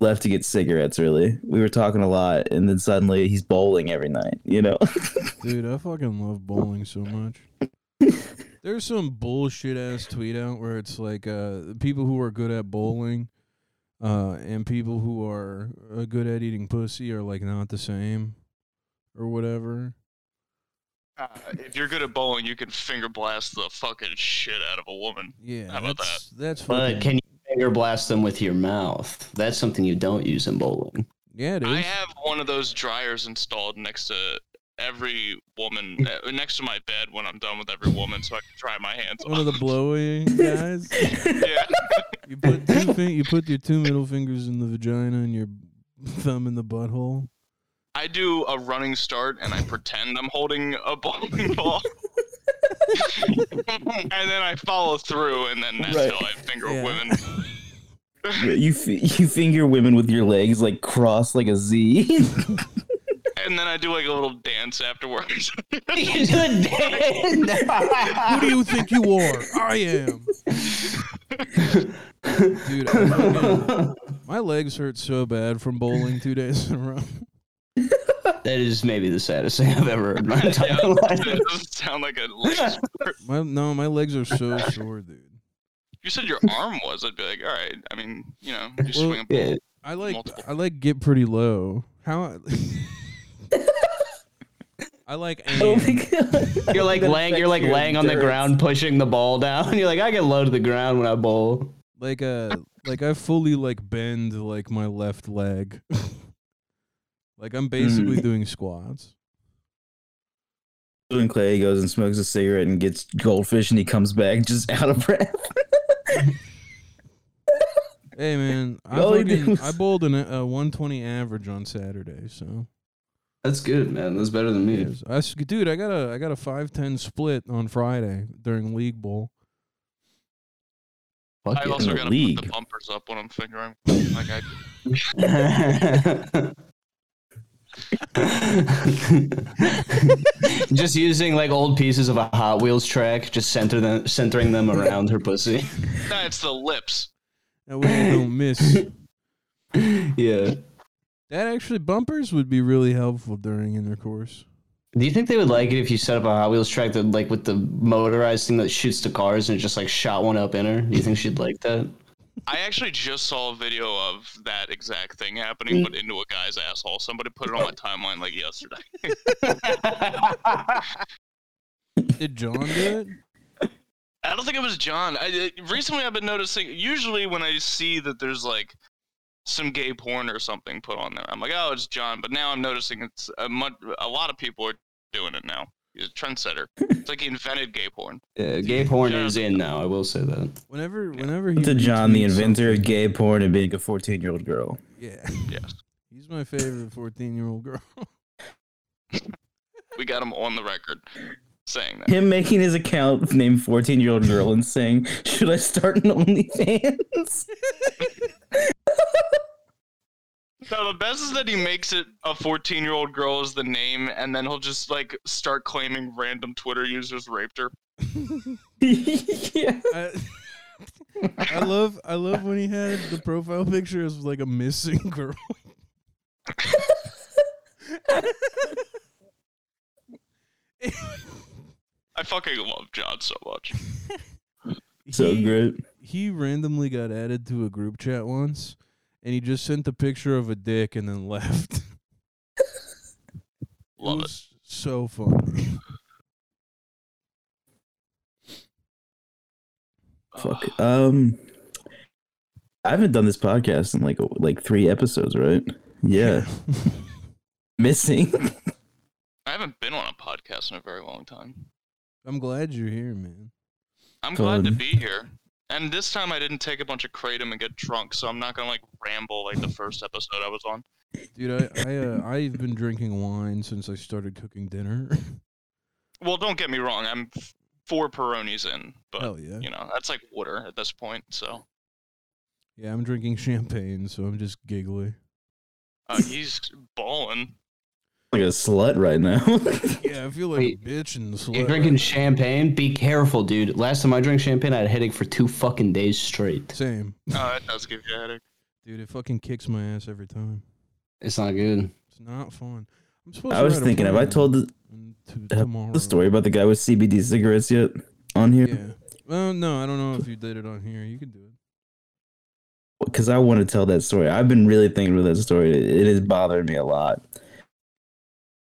[SPEAKER 2] left to get cigarettes. Really, we were talking a lot, and then suddenly he's bowling every night. You know,
[SPEAKER 1] Dude, I fucking love bowling so much. There's some bullshit ass tweet out where it's like uh people who are good at bowling uh and people who are uh, good at eating pussy are like not the same or whatever.
[SPEAKER 3] Uh, if you're good at bowling, you can finger blast the fucking shit out of a woman.
[SPEAKER 1] Yeah.
[SPEAKER 3] How about
[SPEAKER 1] that's that's fucking
[SPEAKER 4] But can you finger blast them with your mouth? That's something you don't use in bowling.
[SPEAKER 1] Yeah, it is.
[SPEAKER 3] I have one of those dryers installed next to every woman, uh, next to my bed when I'm done with every woman, so I can dry my hands.
[SPEAKER 1] one of
[SPEAKER 3] on
[SPEAKER 1] the
[SPEAKER 3] them.
[SPEAKER 1] blowy guys.
[SPEAKER 3] yeah.
[SPEAKER 1] You put two fin- you put your two middle fingers in the vagina and your thumb in the butthole.
[SPEAKER 3] I do a running start and I pretend I'm holding a bowling ball. and then I follow through, and then that's
[SPEAKER 2] Right.
[SPEAKER 3] how I finger
[SPEAKER 1] Yeah.
[SPEAKER 3] women.
[SPEAKER 2] you f- you finger women with your legs like crossed like a Z.
[SPEAKER 3] And then I do like a little dance afterwards.
[SPEAKER 4] You did
[SPEAKER 1] Who do
[SPEAKER 4] it.
[SPEAKER 1] you think you are? I am. Dude, I fucking- my legs hurt so bad from bowling two days in a row.
[SPEAKER 4] that is maybe the saddest thing I've ever heard in my entire life.
[SPEAKER 3] it doesn't sound like a lace.
[SPEAKER 1] My no, my legs are so sore, dude.
[SPEAKER 3] You said your arm was. I'd be like, all right. I mean, you know, you
[SPEAKER 1] Well,
[SPEAKER 3] swing a ball.
[SPEAKER 4] Yeah.
[SPEAKER 1] I like
[SPEAKER 3] Multiple.
[SPEAKER 1] I like get pretty low. How I like
[SPEAKER 2] oh
[SPEAKER 1] aim.
[SPEAKER 2] my god!
[SPEAKER 4] You're like laying, you're like laying on the ground, pushing the ball down. You're like, I get low to the ground when I bowl.
[SPEAKER 1] like uh like I fully like bend like my left leg. like
[SPEAKER 2] Mm.
[SPEAKER 1] I'm basically doing squats.
[SPEAKER 2] When Clay goes and smokes a cigarette and gets goldfish, and he comes back just out of breath.
[SPEAKER 1] Hey man, I
[SPEAKER 2] All he
[SPEAKER 1] fucking,
[SPEAKER 2] does-
[SPEAKER 1] I bowled an, a 120 average on Saturday, so
[SPEAKER 4] That's good, man. That's better than me.
[SPEAKER 1] I s- dude, I got a I got a 510 split on Friday during league bowl.
[SPEAKER 4] Fuck
[SPEAKER 3] I
[SPEAKER 4] yeah.
[SPEAKER 3] also
[SPEAKER 2] the
[SPEAKER 3] got to put the
[SPEAKER 2] league.
[SPEAKER 3] bumpers up when I'm fingering. Like I,
[SPEAKER 4] just using like old pieces of a Hot Wheels track, just center them, centering them around her pussy.
[SPEAKER 3] nah, it's the lips.
[SPEAKER 1] That way I don't miss.
[SPEAKER 4] Yeah.
[SPEAKER 1] That actually bumpers would be really helpful during intercourse.
[SPEAKER 4] Do you think they would like it if you set up a Hot Wheels track that, like, with the motorized thing that shoots the cars and it just like shot one up in her? Do you think she'd like that?
[SPEAKER 3] I actually just saw a video of that exact thing happening, but into a guy's asshole. Somebody put it on my timeline like yesterday.
[SPEAKER 1] Did John do it?
[SPEAKER 3] I don't think it was John. I, I- recently, I've been noticing. Usually, when I see that there's like some gay porn or something put on there, I'm like, oh, it's John. But now I'm noticing it's a, much, a lot of people are doing it now. He's a trendsetter. It's like he invented gay porn.
[SPEAKER 4] Yeah, gay porn is in now. I will say that.
[SPEAKER 1] Whenever whenever he
[SPEAKER 2] To John, the
[SPEAKER 1] retweets
[SPEAKER 2] inventor of gay porn and being a 14 year old girl.
[SPEAKER 1] something- Yeah.
[SPEAKER 3] Yes.
[SPEAKER 1] He's my favorite 14-year-old girl.
[SPEAKER 3] We got him on the record saying that.
[SPEAKER 2] Him making his account named 14 year old girl and saying, Should I start an OnlyFans?
[SPEAKER 3] No, the best is that he makes it a 14 year old girl is the name, and then he'll just like start claiming random Twitter users raped her.
[SPEAKER 2] yeah.
[SPEAKER 1] I, I love I love when he had the profile picture as like a missing girl.
[SPEAKER 3] I fucking love John so much.
[SPEAKER 2] So
[SPEAKER 1] He-
[SPEAKER 2] great.
[SPEAKER 1] he randomly got added to a group chat once and he just sent a picture of a dick and then left.
[SPEAKER 3] Love
[SPEAKER 1] it
[SPEAKER 3] it.
[SPEAKER 1] was so fun.
[SPEAKER 2] Fuck. Um, I haven't done this podcast in like like three episodes, right? Yeah. Missing.
[SPEAKER 3] I haven't been on a podcast in a very long time.
[SPEAKER 1] I'm glad you're here, man.
[SPEAKER 3] I'm glad to
[SPEAKER 2] Fun.
[SPEAKER 3] be here. And this time I didn't take a bunch of kratom and get drunk, so I'm not gonna like ramble like the first episode I was on.
[SPEAKER 1] Dude, I I uh, I've been drinking wine since I started cooking dinner.
[SPEAKER 3] Well, don't get me wrong, I'm four Peronis in, but
[SPEAKER 1] Hell yeah.
[SPEAKER 3] you know that's like water at this point. So
[SPEAKER 1] Yeah, I'm drinking champagne, so I'm just giggly.
[SPEAKER 3] uh, he's balling.
[SPEAKER 2] Like a slut right now.
[SPEAKER 1] Yeah, I feel like
[SPEAKER 4] Wait,
[SPEAKER 1] a bitch and slut.
[SPEAKER 4] You're drinking champagne? Be careful, dude. Last time I drank champagne, I had a headache for two fucking days straight.
[SPEAKER 1] Same.
[SPEAKER 3] Uh, it does give you a headache.
[SPEAKER 1] Dude, it fucking kicks my ass every time.
[SPEAKER 4] It's not good.
[SPEAKER 1] It's not fun. I'm supposed
[SPEAKER 2] I was thinking, have I told the,
[SPEAKER 1] to tomorrow.
[SPEAKER 2] the story about the guy with CBD cigarettes yet on
[SPEAKER 1] Yeah.
[SPEAKER 2] here?
[SPEAKER 1] Oh no, I don't know if you did it on here. You can do it.
[SPEAKER 2] Because I want to tell that story. I've been really thinking about that story. It, it has bothered me a lot.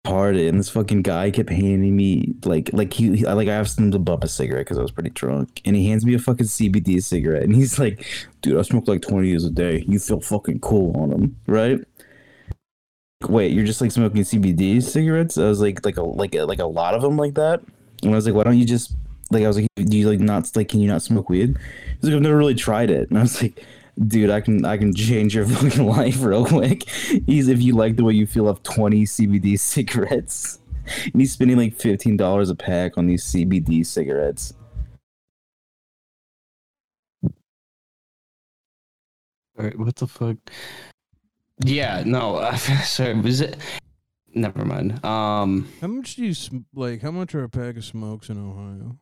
[SPEAKER 2] Party and this fucking guy kept handing me like like he, he- like I asked him to bump a cigarette because I was pretty drunk and he hands me a fucking CBD cigarette and he's like, dude, I smoke like twenty years a day. You feel fucking cool on them, right? Wait, you're just like smoking CBD cigarettes? I was like, like a like a, like a lot of them like that. And I was like, why don't you just like I was like, do you like not like can you not smoke weed? He's like, I've never really tried it. And I was like, dude, I can I can change your fucking life real quick. He's if you like the way you feel of twenty CBD cigarettes. And he's spending like fifteen dollars a pack on these CBD cigarettes.
[SPEAKER 4] All right, what the fuck? Yeah, no. uh, sorry, was it? Never mind. Um,
[SPEAKER 1] How much do you sm- like? How much are a pack of smokes in Ohio?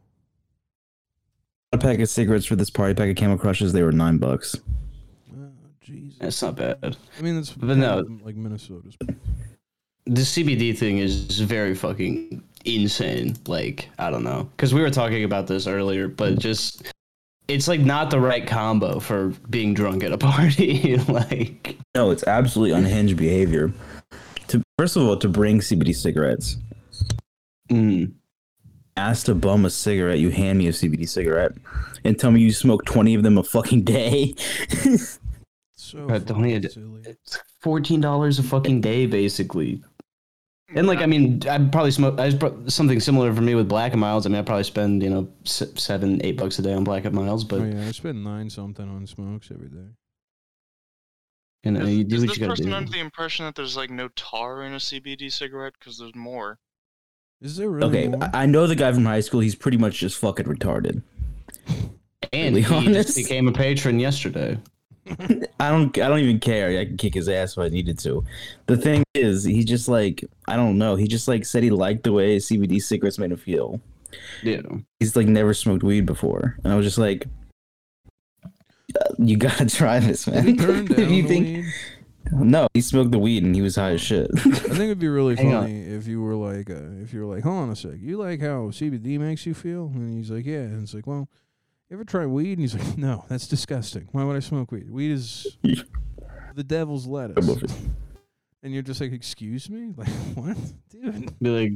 [SPEAKER 2] A pack of cigarettes for this party pack of Camel Crushes. They were nine bucks.
[SPEAKER 1] Oh, Jesus.
[SPEAKER 4] it's not bad.
[SPEAKER 1] I mean, it's
[SPEAKER 4] But no.
[SPEAKER 1] kind of like Minnesota's.
[SPEAKER 4] the CBD thing is very fucking insane. Like, I don't know. Because we were talking about this earlier, but just, it's like not the right combo for being drunk at a party. like,
[SPEAKER 2] No, it's absolutely unhinged behavior. To first of all, to bring CBD cigarettes.
[SPEAKER 4] mm,
[SPEAKER 2] Ask to bum a cigarette. You hand me a CBD cigarette, and tell me you smoke twenty of them a fucking day.
[SPEAKER 1] So
[SPEAKER 4] But don't
[SPEAKER 1] fucking
[SPEAKER 4] need-
[SPEAKER 1] silly.
[SPEAKER 4] it's $14 a fucking day, basically. And like, I mean, I probably smoke I pro- something similar for me with Black and Miles. I mean, I probably spend, you know, se- seven, eight bucks a day on Black and Miles, but,
[SPEAKER 1] oh yeah, I spend nine something on smokes every day.
[SPEAKER 4] you know,
[SPEAKER 3] Is,
[SPEAKER 4] you do
[SPEAKER 3] is
[SPEAKER 4] what
[SPEAKER 3] this
[SPEAKER 4] you gotta
[SPEAKER 3] person
[SPEAKER 4] do.
[SPEAKER 3] under the impression that there's like no tar in a CBD cigarette? Because there's more.
[SPEAKER 1] Is there really
[SPEAKER 2] Okay,
[SPEAKER 1] more?
[SPEAKER 2] I I know the guy from high school. He's pretty much just fucking retarded.
[SPEAKER 4] and
[SPEAKER 2] be
[SPEAKER 4] he
[SPEAKER 2] honest.
[SPEAKER 4] just became a patron yesterday.
[SPEAKER 2] I don't. I don't even care. I can kick his ass if I needed to. The thing is, he just like I don't know. He just like said he liked the way CBD cigarettes made him feel.
[SPEAKER 4] Yeah.
[SPEAKER 2] He's like never smoked weed before, and I was just like, "You gotta try this,
[SPEAKER 1] Did
[SPEAKER 2] man."
[SPEAKER 1] he turn down
[SPEAKER 2] if you
[SPEAKER 1] the
[SPEAKER 2] think
[SPEAKER 1] weed?
[SPEAKER 2] no, he smoked the weed and he was high as shit.
[SPEAKER 1] I think it'd be really
[SPEAKER 4] Hang on.
[SPEAKER 1] funny if you were like, uh, if you were like, hold on a sec, you like how CBD makes you feel? And he's like, yeah. And it's like, well, you ever try weed? And he's like, no, that's disgusting. Why would I smoke weed? Weed is the devil's lettuce. And you're just like, excuse me? Like, what? Dude.
[SPEAKER 4] Be like,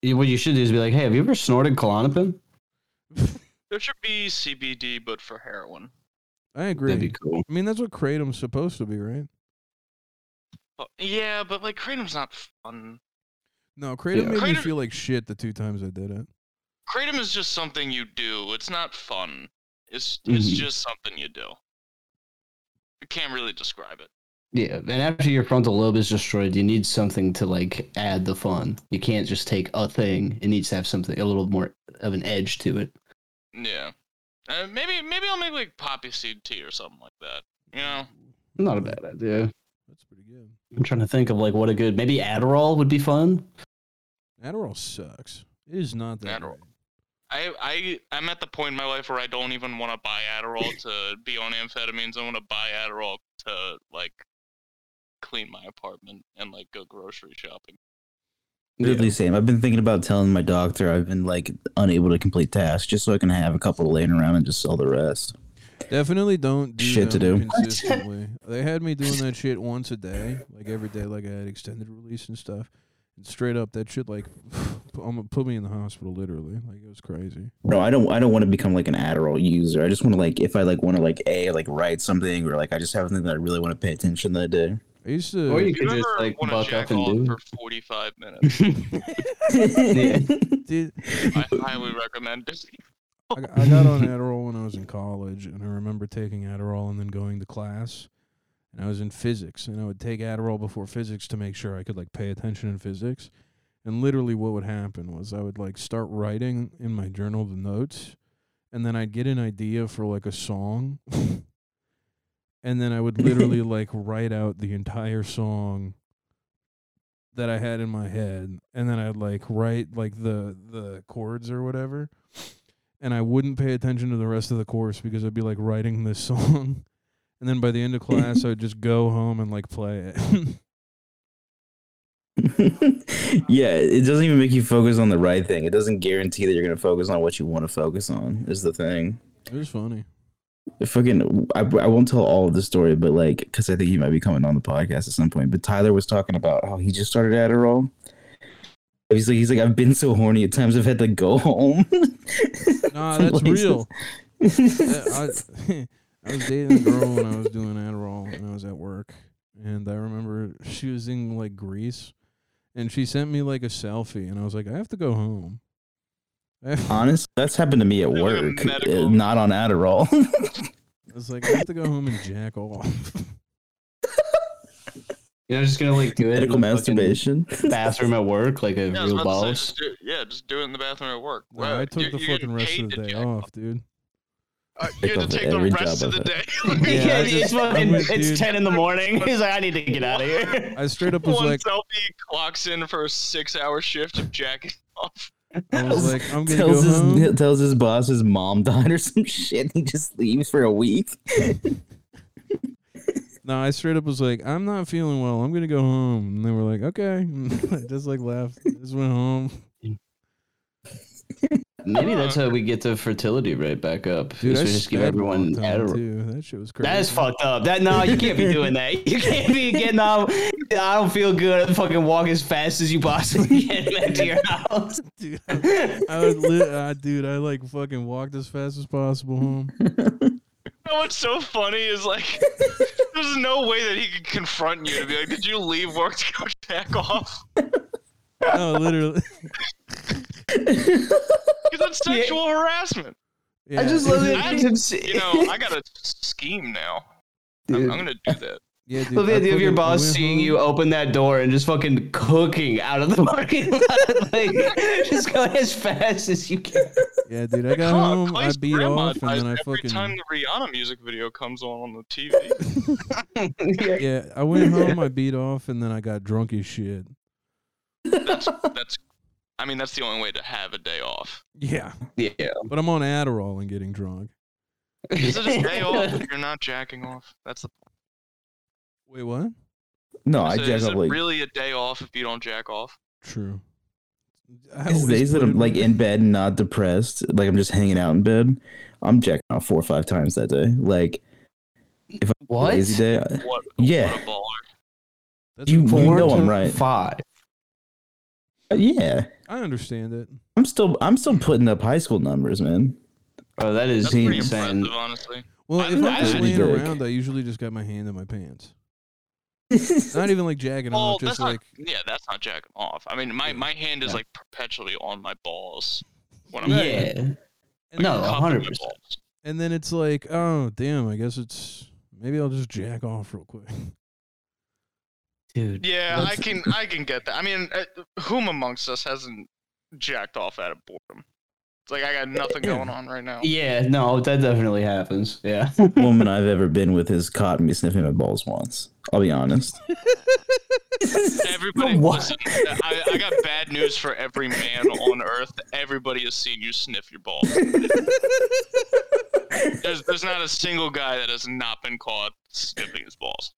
[SPEAKER 4] you- what you should do is be like, hey, have you ever snorted Klonopin?
[SPEAKER 3] There should be CBD, but for heroin.
[SPEAKER 1] I agree.
[SPEAKER 4] That'd be cool.
[SPEAKER 1] I mean, that's what Kratom's supposed to be, right?
[SPEAKER 3] But, yeah, but like Kratom's not fun.
[SPEAKER 1] No, Kratom
[SPEAKER 4] Yeah.
[SPEAKER 1] made me
[SPEAKER 3] Kratom-
[SPEAKER 1] feel like shit the two times I did it.
[SPEAKER 3] Kratom is just something you do. It's not fun. It's it's
[SPEAKER 4] Mhm.
[SPEAKER 3] just something you do. I can't really describe it.
[SPEAKER 4] Yeah, and after your frontal lobe is destroyed, you need something to like add the fun. You can't just take a thing. It needs to have something a little more of an edge to it.
[SPEAKER 3] Yeah. Uh, maybe maybe I'll make like poppy seed tea or something like that. You know,
[SPEAKER 4] Not a bad idea.
[SPEAKER 1] That's pretty good.
[SPEAKER 4] I'm trying to think of like what a good maybe Adderall would be fun.
[SPEAKER 1] Adderall sucks. It is not that.
[SPEAKER 3] Adderall.
[SPEAKER 1] great.
[SPEAKER 3] I I I'm at the point in my life where I don't even want to buy Adderall to be on amphetamines. I want to buy Adderall to like clean my apartment and like go grocery shopping.
[SPEAKER 2] Literally same. I've been thinking about telling my doctor I've been like unable to complete tasks just so I can have a couple laying around and just sell the rest.
[SPEAKER 1] Definitely don't do
[SPEAKER 2] Shit to
[SPEAKER 1] them
[SPEAKER 2] do.
[SPEAKER 1] consistently. they had me doing that shit once a day, like every day, like I had extended release and stuff. And straight up, that shit like almost put me in the hospital, literally. Like it was crazy.
[SPEAKER 2] No, I don't. I don't want to become like an Adderall user. I just want to like if I like want to like a like write something or like I just have something that I really want to pay attention that day.
[SPEAKER 1] I used to.
[SPEAKER 4] Or you
[SPEAKER 3] You
[SPEAKER 4] could just
[SPEAKER 3] ever
[SPEAKER 4] like
[SPEAKER 3] wanna
[SPEAKER 4] buck
[SPEAKER 3] jack
[SPEAKER 4] up and
[SPEAKER 3] off
[SPEAKER 4] do.
[SPEAKER 3] for 45 minutes?
[SPEAKER 1] Dude,
[SPEAKER 3] I highly recommend it.
[SPEAKER 1] I, got- I got on Adderall when I was in college, and I remember taking Adderall and then going to class. And I was in physics, and I would take Adderall before physics to make sure I could like pay attention in physics. And literally, what would happen was I would like start writing in my journal the notes, and then I'd get an idea for like a song, and then I would literally like write out the entire song that I had in my head, and then I'd like write like the the chords or whatever, and I wouldn't pay attention to the rest of the course because I'd be like writing this song, and then by the end of class I'd just go home and like play it.
[SPEAKER 2] yeah, it doesn't even make you focus on the right thing. It doesn't guarantee that you're gonna focus on what you want to focus on. Is the thing.
[SPEAKER 1] it was funny.
[SPEAKER 2] Fucking, I, I won't tell all of the story, but like, because I think he might be coming on the podcast at some point. But Tyler was talking about how he just started Adderall. He's like, he's like, I've been so horny at times. I've had to go home.
[SPEAKER 1] Nah,
[SPEAKER 2] From
[SPEAKER 1] that's
[SPEAKER 2] places.
[SPEAKER 1] real. Uh, I, I was dating a girl when I was doing Adderall and I was at work. And I remember she was in like Greece and she sent me like a selfie and I was like, I have to go home. I have-
[SPEAKER 2] Honest, that's happened to me at
[SPEAKER 3] Like a
[SPEAKER 2] work,
[SPEAKER 3] medical-
[SPEAKER 2] uh, not on Adderall.
[SPEAKER 1] I was like, I have to go home and jack off.
[SPEAKER 4] You're just gonna like do it
[SPEAKER 2] Medical
[SPEAKER 4] in the fucking
[SPEAKER 2] masturbation.
[SPEAKER 4] bathroom at work, like a
[SPEAKER 3] Yeah, I was
[SPEAKER 4] real
[SPEAKER 3] about to say,
[SPEAKER 4] boss.
[SPEAKER 3] just do, yeah, just do it in the bathroom at work.
[SPEAKER 1] Nah, I took the fucking rest of the day off, dude.
[SPEAKER 3] Uh, you had
[SPEAKER 2] off
[SPEAKER 3] to take the
[SPEAKER 2] every
[SPEAKER 3] rest
[SPEAKER 2] job
[SPEAKER 3] of the
[SPEAKER 2] I've
[SPEAKER 3] day.
[SPEAKER 1] Yeah, I
[SPEAKER 4] it's
[SPEAKER 1] just-
[SPEAKER 4] fucking,
[SPEAKER 1] I'm with you.
[SPEAKER 4] it's ten in the morning. He's like, I need to get out of here.
[SPEAKER 1] I straight up was
[SPEAKER 3] One
[SPEAKER 1] like,
[SPEAKER 3] selfie clocks in for a six-hour shift of jacking off.
[SPEAKER 1] I was like, I'm gonna go
[SPEAKER 2] tells his
[SPEAKER 1] home.
[SPEAKER 2] tells his boss his mom died or some shit. He just leaves for a week.
[SPEAKER 1] No, I straight up was like, I'm not feeling well. I'm gonna go home. And they were like, okay. I just like left. Just went home.
[SPEAKER 4] Maybe that's how we get the fertility rate back up.
[SPEAKER 1] Dude,
[SPEAKER 4] is
[SPEAKER 1] I
[SPEAKER 4] we just give
[SPEAKER 1] stabbed
[SPEAKER 4] everyone
[SPEAKER 1] one time,
[SPEAKER 4] Adderall.
[SPEAKER 1] too. That shit was crazy.
[SPEAKER 4] That is fucked up. That no, you can't be doing that. You can't be getting up. I don't feel good. Fucking walk as fast as you possibly can back to your house.
[SPEAKER 1] dude. I, I was li- uh, dude, I like fucking walked as fast as possible home.
[SPEAKER 3] You know what's so funny is like, there's no way that he could confront you to be like, "Did you leave work to go jack off?"
[SPEAKER 1] No, literally.
[SPEAKER 3] Because that's sexual harassment.
[SPEAKER 1] Yeah.
[SPEAKER 4] I just love
[SPEAKER 1] it.
[SPEAKER 4] the
[SPEAKER 3] I-
[SPEAKER 4] idea of si-
[SPEAKER 3] You know, I got a scheme now. I'm, I'm gonna do that.
[SPEAKER 1] Yeah, dude,
[SPEAKER 4] love the
[SPEAKER 1] I
[SPEAKER 4] idea of your
[SPEAKER 1] fucking- I
[SPEAKER 4] boss
[SPEAKER 1] went
[SPEAKER 4] seeing
[SPEAKER 1] home.
[SPEAKER 4] you open that door and just fucking cooking out of the parking lot. like, just go as fast as you can.
[SPEAKER 1] Yeah, dude, I got
[SPEAKER 3] Huh,
[SPEAKER 1] home. I
[SPEAKER 3] Clay's
[SPEAKER 1] beat
[SPEAKER 3] grandma
[SPEAKER 1] off, and
[SPEAKER 3] dies
[SPEAKER 1] then I
[SPEAKER 3] every
[SPEAKER 1] fucking
[SPEAKER 3] time the Rihanna music video comes on on the TV.
[SPEAKER 4] Yeah.
[SPEAKER 1] yeah. I went home. I beat off, and then I got drunk as shit.
[SPEAKER 3] that's that's. I mean, that's the only way to have a day off.
[SPEAKER 1] Yeah,
[SPEAKER 4] yeah.
[SPEAKER 1] but I'm on Adderall and getting drunk.
[SPEAKER 3] Is it a day off if you're not jacking off? That's the.
[SPEAKER 1] Wait, what?
[SPEAKER 2] No,
[SPEAKER 3] is
[SPEAKER 2] I
[SPEAKER 3] it-
[SPEAKER 2] jack
[SPEAKER 3] is
[SPEAKER 2] up
[SPEAKER 3] it
[SPEAKER 2] like
[SPEAKER 3] really a day off if you don't jack off?
[SPEAKER 1] True. I
[SPEAKER 2] it's
[SPEAKER 1] always
[SPEAKER 2] days that
[SPEAKER 1] put
[SPEAKER 2] I'm
[SPEAKER 1] it-
[SPEAKER 2] like in bed, and not depressed. Like I'm just hanging out in bed. I'm jacking off four or five times that day. Like
[SPEAKER 4] What?
[SPEAKER 2] lazy day. Uh, I-
[SPEAKER 3] What?
[SPEAKER 2] Yeah.
[SPEAKER 3] What a baller.
[SPEAKER 1] That's
[SPEAKER 2] you-
[SPEAKER 1] a-
[SPEAKER 2] you
[SPEAKER 4] Four
[SPEAKER 2] know
[SPEAKER 4] to
[SPEAKER 2] I'm right.
[SPEAKER 4] Five.
[SPEAKER 2] Yeah,
[SPEAKER 1] I understand it.
[SPEAKER 2] I'm still I'm still putting up high school numbers, man.
[SPEAKER 4] Oh, that is
[SPEAKER 3] That's pretty
[SPEAKER 4] insane.
[SPEAKER 3] impressive, honestly.
[SPEAKER 1] Well,
[SPEAKER 3] I'm
[SPEAKER 1] if
[SPEAKER 3] not
[SPEAKER 1] I'm just
[SPEAKER 2] a
[SPEAKER 1] laying
[SPEAKER 2] dick.
[SPEAKER 1] around, I usually just got my hand in my pants. Not even like jagging
[SPEAKER 3] Well,
[SPEAKER 1] off,
[SPEAKER 3] that's
[SPEAKER 1] just like
[SPEAKER 3] not. Yeah, that's not jacking off. I mean, my, my hand is
[SPEAKER 4] Yeah.
[SPEAKER 3] like perpetually on my balls when I'm
[SPEAKER 4] Yeah.
[SPEAKER 3] and
[SPEAKER 4] No,
[SPEAKER 2] Oh,
[SPEAKER 3] I'm cupping my
[SPEAKER 4] 100%.
[SPEAKER 3] balls.
[SPEAKER 1] and then it's like, oh damn, I guess it's maybe I'll just jack off real quick.
[SPEAKER 4] Dude.
[SPEAKER 3] Yeah, I
[SPEAKER 2] That's-
[SPEAKER 3] can I can get that. I mean, uh, whom amongst us hasn't jacked off out of boredom? It's like I got nothing going on right now.
[SPEAKER 4] Yeah, no, that definitely happens. Yeah.
[SPEAKER 2] Woman I've ever been with has caught me sniffing my balls once. I'll be honest.
[SPEAKER 3] Everybody,
[SPEAKER 4] What?
[SPEAKER 3] listen. I, I got bad news for every man on earth. Everybody has seen you sniff your balls. There's, there's not a single guy that has not been caught sniffing his balls.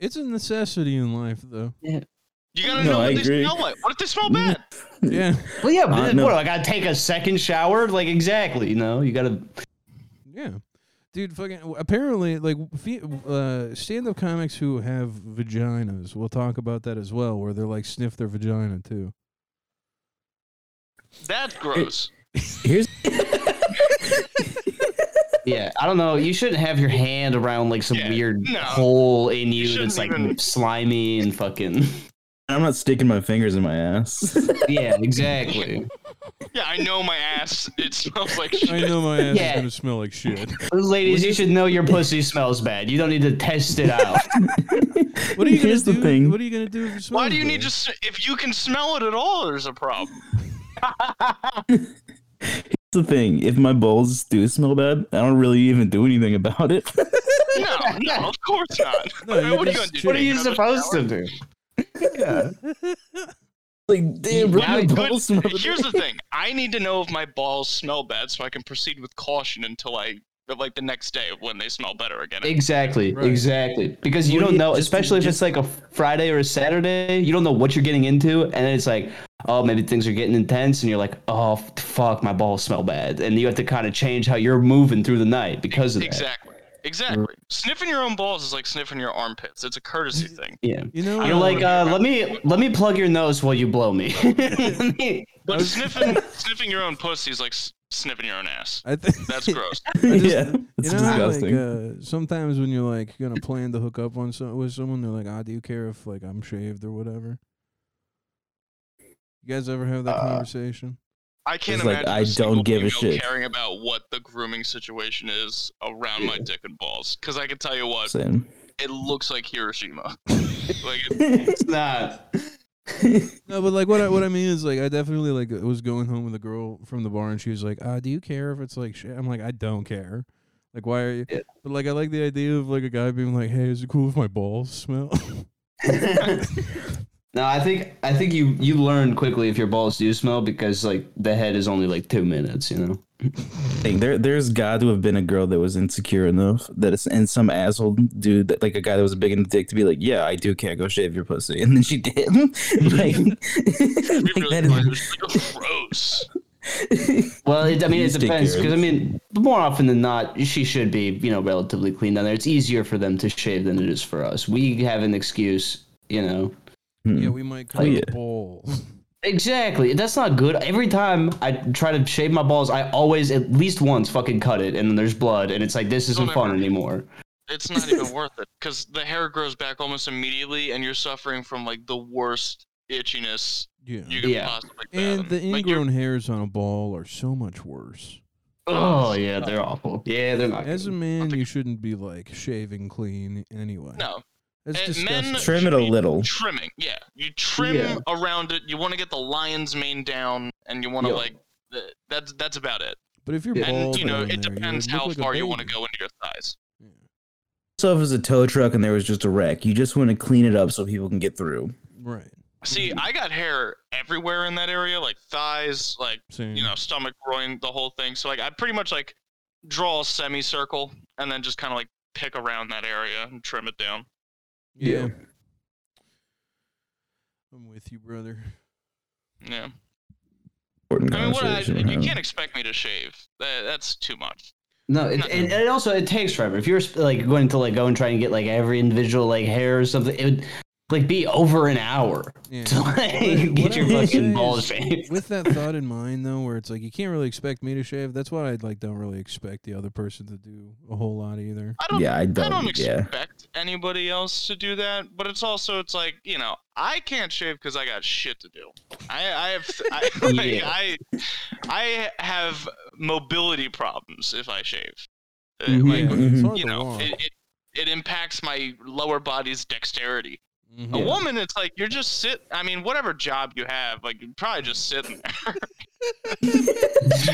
[SPEAKER 1] It's a necessity in life, though.
[SPEAKER 3] You gotta
[SPEAKER 2] No,
[SPEAKER 3] know what
[SPEAKER 2] I
[SPEAKER 3] they
[SPEAKER 2] agree.
[SPEAKER 3] smell like. What if they smell bad?
[SPEAKER 1] Yeah,
[SPEAKER 4] Well, yeah, but
[SPEAKER 2] Uh,
[SPEAKER 4] then
[SPEAKER 2] no.
[SPEAKER 4] what? I gotta take a second shower? Like, exactly. You know, you gotta.
[SPEAKER 1] yeah, dude. Fucking apparently, like fe- uh, stand-up comics who have vaginas. We'll talk about that as well, where they're like sniff their vagina too.
[SPEAKER 2] Mm.
[SPEAKER 3] That's gross.
[SPEAKER 2] Here's
[SPEAKER 4] Yeah, I don't know. You shouldn't have your hand around like some
[SPEAKER 3] Yeah,
[SPEAKER 4] weird
[SPEAKER 3] no.
[SPEAKER 4] hole in you,
[SPEAKER 3] shouldn't
[SPEAKER 4] that's like
[SPEAKER 3] even-
[SPEAKER 4] slimy and fucking.
[SPEAKER 2] I'm not sticking my fingers in my ass.
[SPEAKER 4] Yeah, exactly.
[SPEAKER 3] Yeah, I know my ass. It smells like shit.
[SPEAKER 1] I know my ass
[SPEAKER 4] Yeah.
[SPEAKER 1] is gonna smell like shit.
[SPEAKER 4] Ladies, you should know your pussy smells bad. You don't need to test it out.
[SPEAKER 1] What are you
[SPEAKER 2] Here's
[SPEAKER 1] gonna
[SPEAKER 2] the
[SPEAKER 1] do?
[SPEAKER 2] thing.
[SPEAKER 1] What are you gonna do? If it
[SPEAKER 3] Why
[SPEAKER 1] smells
[SPEAKER 3] do you need
[SPEAKER 1] bad?
[SPEAKER 3] to? s- If you can smell it at all, there's a problem.
[SPEAKER 2] the thing. If my balls do smell bad, I don't really even do anything about it.
[SPEAKER 3] No, no, of course not.
[SPEAKER 1] No, you
[SPEAKER 3] what are you gonna
[SPEAKER 1] just-
[SPEAKER 3] do?
[SPEAKER 4] what are you
[SPEAKER 3] Another
[SPEAKER 4] supposed to do?
[SPEAKER 2] yeah. Like, damn, bro,
[SPEAKER 4] Now
[SPEAKER 2] my
[SPEAKER 4] you
[SPEAKER 3] But
[SPEAKER 2] balls smell
[SPEAKER 3] here's
[SPEAKER 2] bad.
[SPEAKER 3] the thing. I need to know if my balls smell bad so I can proceed with caution until I like the next day when they smell better again.
[SPEAKER 4] Exactly,
[SPEAKER 1] Right.
[SPEAKER 4] exactly. Because you
[SPEAKER 2] Well,
[SPEAKER 4] don't
[SPEAKER 2] yeah,
[SPEAKER 4] know,
[SPEAKER 2] just-
[SPEAKER 4] especially if
[SPEAKER 2] just-
[SPEAKER 4] it's like a Friday or a Saturday, you don't know what you're getting into, and it's like, oh, maybe things are getting intense, and you're like, oh f- fuck, my balls smell bad, and you have to kind of change how you're moving through the night because of that.
[SPEAKER 2] Mm.
[SPEAKER 3] Exactly. Exactly. Sniffing your own balls is like sniffing your armpits. It's a courtesy thing.
[SPEAKER 4] Yeah.
[SPEAKER 1] You know,
[SPEAKER 3] I
[SPEAKER 4] You're
[SPEAKER 3] don't
[SPEAKER 4] like,
[SPEAKER 3] wanna
[SPEAKER 4] uh,
[SPEAKER 3] be
[SPEAKER 4] let me let me plug your nose while you blow me. Let me-
[SPEAKER 3] But
[SPEAKER 1] was-
[SPEAKER 3] sniffing sniffing your own pussy is like s- sniffing your own ass.
[SPEAKER 1] I think
[SPEAKER 3] That's gross.
[SPEAKER 1] just-
[SPEAKER 2] yeah, it's
[SPEAKER 1] you know how,
[SPEAKER 2] disgusting.
[SPEAKER 1] Like, uh, sometimes when you're like gonna plan to hook up on some with someone, they're like, "Ah, do you care if like I'm shaved or whatever?" You guys ever have that
[SPEAKER 2] Uh,
[SPEAKER 1] conversation?
[SPEAKER 3] I can't
[SPEAKER 2] It's like,
[SPEAKER 3] imagine.
[SPEAKER 2] I
[SPEAKER 3] a
[SPEAKER 2] don't
[SPEAKER 3] single
[SPEAKER 2] give a
[SPEAKER 3] female
[SPEAKER 2] shit.
[SPEAKER 3] Caring about what the grooming situation is around my dick and balls, because I can tell you what,
[SPEAKER 2] Same.
[SPEAKER 3] it looks like Hiroshima. like it-
[SPEAKER 4] it's not.
[SPEAKER 1] No, but like what I what I mean is like I definitely like was going home with a girl from the bar and she was like, "Ah, do you care if it's like shit?" I'm like, "I don't care." Like, why are you?
[SPEAKER 4] Yeah.
[SPEAKER 1] But like, I like the idea of like a guy being like, "Hey, is it cool if my balls smell?"
[SPEAKER 4] no, I think I think you you learn quickly if your balls do smell because like the head is only like two minutes, you know.
[SPEAKER 2] Thing. There, there's got to have been a girl that was insecure enough that it's and some asshole dude that like a guy that was big in the dick to be like, yeah, I do care. Go shave your pussy, and then she did. like,
[SPEAKER 3] we
[SPEAKER 2] like
[SPEAKER 3] really
[SPEAKER 2] that
[SPEAKER 3] it's like, gross.
[SPEAKER 2] is,
[SPEAKER 4] Well, it, I mean, it
[SPEAKER 2] Please take
[SPEAKER 4] depends
[SPEAKER 2] care.
[SPEAKER 4] because I mean, more often than not, she should be you know relatively clean down there. It's easier for them to shave than it is for us. We have an excuse, you know.
[SPEAKER 1] yeah, we might cut
[SPEAKER 2] Oh,
[SPEAKER 1] the
[SPEAKER 2] yeah.
[SPEAKER 1] balls.
[SPEAKER 4] Exactly. That's not good. Every time I try to shave my balls, I always at least once fucking cut it, and then there's blood, and it's like this isn't
[SPEAKER 3] Don't
[SPEAKER 4] fun
[SPEAKER 3] ever-
[SPEAKER 4] anymore.
[SPEAKER 3] It's not even worth it because the hair grows back almost immediately, and you're suffering from like the worst itchiness
[SPEAKER 1] Yeah,
[SPEAKER 3] you could
[SPEAKER 4] Yeah.
[SPEAKER 3] possibly.
[SPEAKER 1] and the
[SPEAKER 3] fathom. Like, you're-
[SPEAKER 1] ingrown hairs on a ball are so much worse.
[SPEAKER 4] Oh yeah, they're awful. Yeah, they're not.
[SPEAKER 1] As a
[SPEAKER 4] good.
[SPEAKER 1] man, you shouldn't be like shaving clean anyway.
[SPEAKER 3] no,
[SPEAKER 1] it's
[SPEAKER 3] eh,
[SPEAKER 1] disgusting.
[SPEAKER 3] men-
[SPEAKER 2] trim it a little.
[SPEAKER 3] trimming. Yeah, you trim
[SPEAKER 4] Yeah.
[SPEAKER 3] around it. You want to get the lion's mane down, and you want to
[SPEAKER 4] Yeah.
[SPEAKER 3] like. th- That's that's about it.
[SPEAKER 1] But if you're
[SPEAKER 4] Yeah.
[SPEAKER 1] bald,
[SPEAKER 3] And you know,
[SPEAKER 1] down
[SPEAKER 3] it
[SPEAKER 1] there, you
[SPEAKER 3] depends
[SPEAKER 1] look
[SPEAKER 3] how
[SPEAKER 1] like a
[SPEAKER 3] far you want to
[SPEAKER 1] baby.
[SPEAKER 3] go into your thighs.
[SPEAKER 1] Yeah.
[SPEAKER 2] So if it was a tow truck and there was just a wreck, you just want to clean it up so people can get through.
[SPEAKER 1] Right. Mm-hmm.
[SPEAKER 3] See, I got hair everywhere in that area, like thighs, like
[SPEAKER 1] Same.
[SPEAKER 3] you know, stomach, groin, the whole thing. So like, I pretty much like draw a semicircle and then just kind of like pick around that area and trim it down.
[SPEAKER 1] yeah.
[SPEAKER 2] Yeah.
[SPEAKER 1] I'm with you, brother.
[SPEAKER 3] Yeah.
[SPEAKER 2] Important
[SPEAKER 3] I mean, what I,
[SPEAKER 2] conversation
[SPEAKER 3] you
[SPEAKER 2] around.
[SPEAKER 3] can't expect me to shave. That, that's too much.
[SPEAKER 4] No, it,
[SPEAKER 3] No.
[SPEAKER 4] and, and it also it takes forever. If you're sp- like going to like go and try and get like every individual like hair or something, it would like be over an hour
[SPEAKER 1] Yeah.
[SPEAKER 4] to
[SPEAKER 1] What-
[SPEAKER 4] like
[SPEAKER 1] what
[SPEAKER 4] get your
[SPEAKER 1] I would say
[SPEAKER 4] fucking
[SPEAKER 1] is,
[SPEAKER 4] balls shaved.
[SPEAKER 1] With that thought in mind, though, where it's like you can't really expect me to shave. That's why I like don't really expect the other person to do a whole lot either.
[SPEAKER 3] I don't.
[SPEAKER 2] yeah, I
[SPEAKER 3] I
[SPEAKER 2] don't.
[SPEAKER 3] don't
[SPEAKER 2] yeah,
[SPEAKER 3] expect anybody else to do that, but it's also it's like you know I can't shave because I got shit to do. I, I have I, like,
[SPEAKER 4] Yeah.
[SPEAKER 3] I I have mobility problems if I shave. Uh,
[SPEAKER 4] Mhm.
[SPEAKER 3] Like
[SPEAKER 1] Yeah, it's
[SPEAKER 2] Mhm.
[SPEAKER 1] hard
[SPEAKER 3] you
[SPEAKER 1] to
[SPEAKER 3] know,
[SPEAKER 1] walk.
[SPEAKER 3] it, it it impacts my lower body's dexterity.
[SPEAKER 1] Mhm.
[SPEAKER 3] A
[SPEAKER 4] Yeah.
[SPEAKER 3] woman, it's like you're just sit. I mean, whatever job you have, like you're probably just sitting there.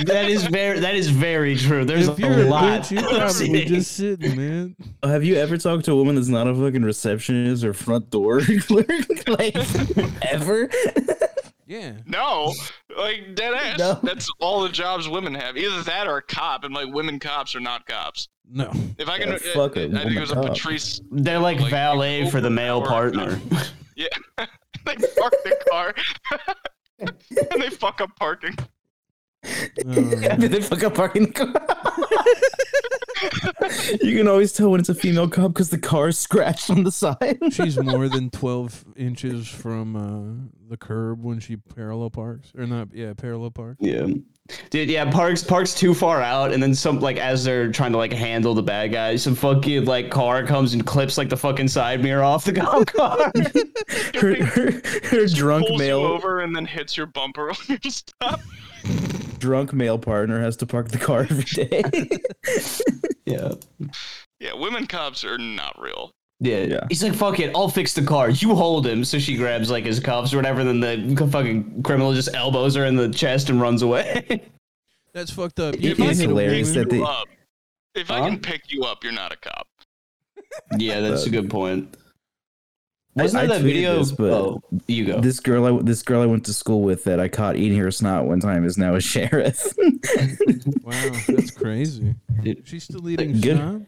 [SPEAKER 4] that is very that is very true. There's
[SPEAKER 1] If
[SPEAKER 4] a
[SPEAKER 1] you're a
[SPEAKER 4] lot.
[SPEAKER 1] bitch, you're probably just sitting, man.
[SPEAKER 2] Oh, Have you ever talked to a woman that's not a fucking receptionist or front door clerk? like ever?
[SPEAKER 1] Yeah.
[SPEAKER 3] No, like dead ass.
[SPEAKER 2] No.
[SPEAKER 3] That's all the jobs women have. Either that or a cop, and like women cops are not cops.
[SPEAKER 1] No.
[SPEAKER 3] If I
[SPEAKER 2] Yeah,
[SPEAKER 3] can, uh,
[SPEAKER 2] fuck it,
[SPEAKER 3] I think
[SPEAKER 2] woman
[SPEAKER 3] it was a
[SPEAKER 2] cop.
[SPEAKER 3] Patrice.
[SPEAKER 4] They're like,
[SPEAKER 3] Like,
[SPEAKER 4] valet for the male
[SPEAKER 3] or-
[SPEAKER 4] partner.
[SPEAKER 3] They park the car, and they fuck up parking.
[SPEAKER 1] Uh,
[SPEAKER 2] Did they fuck up parking the car? you can always tell when it's a female cop because the car's scratched on the side.
[SPEAKER 1] She's more than 12 inches from uh, the curb when she parallel parks. Or not, yeah, parallel park.
[SPEAKER 4] Yeah. Dude, yeah, Parks Parks too far out, and then some like as they're trying to like handle the bad guy, some fucking like car comes and clips like the fucking side mirror off the cop car.
[SPEAKER 2] Her, her, her drunk
[SPEAKER 3] Pulls you
[SPEAKER 2] male.
[SPEAKER 3] over and then hits your bumper when you stop.
[SPEAKER 2] drunk male partner has to park the car every day.
[SPEAKER 4] Yeah.
[SPEAKER 3] Yeah, women cops are not real.
[SPEAKER 4] Yeah.
[SPEAKER 2] Yeah.
[SPEAKER 4] He's like, fuck it, I'll fix the car. You hold him. So she grabs like his cuffs or whatever, then the c- fucking criminal just elbows her in the chest and runs away.
[SPEAKER 1] That's fucked up.
[SPEAKER 2] It
[SPEAKER 1] You
[SPEAKER 2] is
[SPEAKER 1] can't hit a
[SPEAKER 2] hilarious
[SPEAKER 1] woman.
[SPEAKER 2] that they-
[SPEAKER 3] You up. If I
[SPEAKER 4] Huh?
[SPEAKER 3] can pick you up, you're not a cop.
[SPEAKER 4] yeah, that's a good point.
[SPEAKER 2] I-
[SPEAKER 4] Wasn't
[SPEAKER 2] I
[SPEAKER 4] there that
[SPEAKER 2] tweeted
[SPEAKER 4] video?
[SPEAKER 2] this, but-
[SPEAKER 4] oh, you go.
[SPEAKER 2] this girl, I, this girl I went to school with that I caught eating her snot one time is now a sheriff.
[SPEAKER 1] Wow, that's crazy.
[SPEAKER 4] Dude.
[SPEAKER 1] She's still eating
[SPEAKER 2] good-
[SPEAKER 1] snot?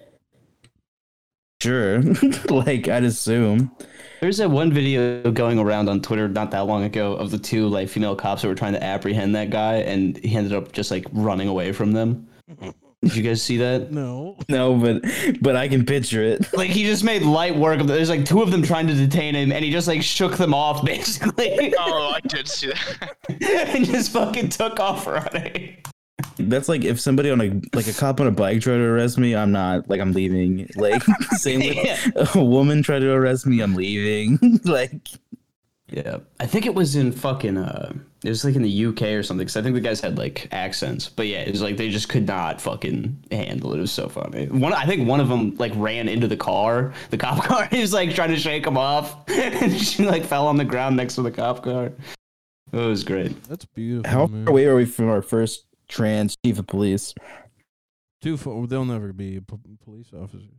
[SPEAKER 2] sure, like I'd assume.
[SPEAKER 4] There's that one video going around on Twitter not that long ago of the two like female cops that were trying to apprehend that guy, and he ended up just like running away from them. Did you guys see that?
[SPEAKER 1] No.
[SPEAKER 2] No, but but I can picture it.
[SPEAKER 4] Like he just made light work of. There's like two of them trying to detain him, and he just like shook them off basically,
[SPEAKER 3] Oh, I did see that.
[SPEAKER 4] and just fucking took off running.
[SPEAKER 2] That's like if somebody on a like a cop on a bike tried to arrest me, I'm not like I'm leaving. Like same with
[SPEAKER 4] Yeah.
[SPEAKER 2] a woman tried to arrest me, I'm leaving. like
[SPEAKER 4] Yeah, I think it was in fucking. Uh, it was like in the UK or something. Because I think the guys had like accents, but yeah, it was like they just could not fucking handle it. It was so funny. One, I think one of them like ran into the car, the cop car. He was like trying to shake him off, and she like fell on the ground next to the cop car. It was great.
[SPEAKER 1] That's beautiful.
[SPEAKER 2] how
[SPEAKER 1] man.
[SPEAKER 2] far away are we from our first trans chief of police?
[SPEAKER 1] Too far. They'll never be p- police officers.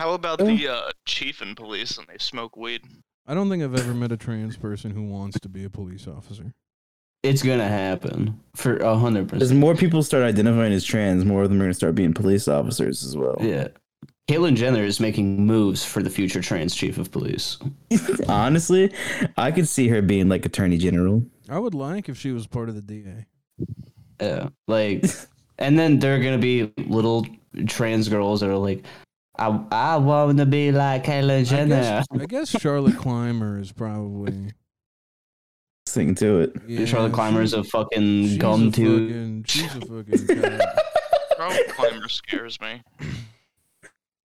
[SPEAKER 3] How about the uh, chief and police and they smoke weed?
[SPEAKER 1] I don't think I've ever met a trans person who wants to be a police officer.
[SPEAKER 4] It's gonna happen for a hundred
[SPEAKER 2] As
[SPEAKER 4] percent.
[SPEAKER 2] more people start identifying as trans, more of them are going to start being police officers as well.
[SPEAKER 4] Yeah, Caitlyn Jenner is making moves for the future trans chief of police.
[SPEAKER 2] Honestly, I could see her being like attorney general.
[SPEAKER 1] I would like if she was part of the DA.
[SPEAKER 4] Yeah. Like, and then there are gonna be little trans girls that are like, I I want to be like Caitlyn
[SPEAKER 1] I
[SPEAKER 4] Jenner.
[SPEAKER 1] guess, I guess Charlotte Clymer is probably.
[SPEAKER 2] Sing to it.
[SPEAKER 1] Yeah,
[SPEAKER 4] Charlotte Clymer's
[SPEAKER 1] she-
[SPEAKER 4] a fucking
[SPEAKER 1] she's
[SPEAKER 4] gum
[SPEAKER 1] a
[SPEAKER 4] tooth.
[SPEAKER 1] fucking- She's a fucking. cop.
[SPEAKER 3] Charlotte Clymer scares me.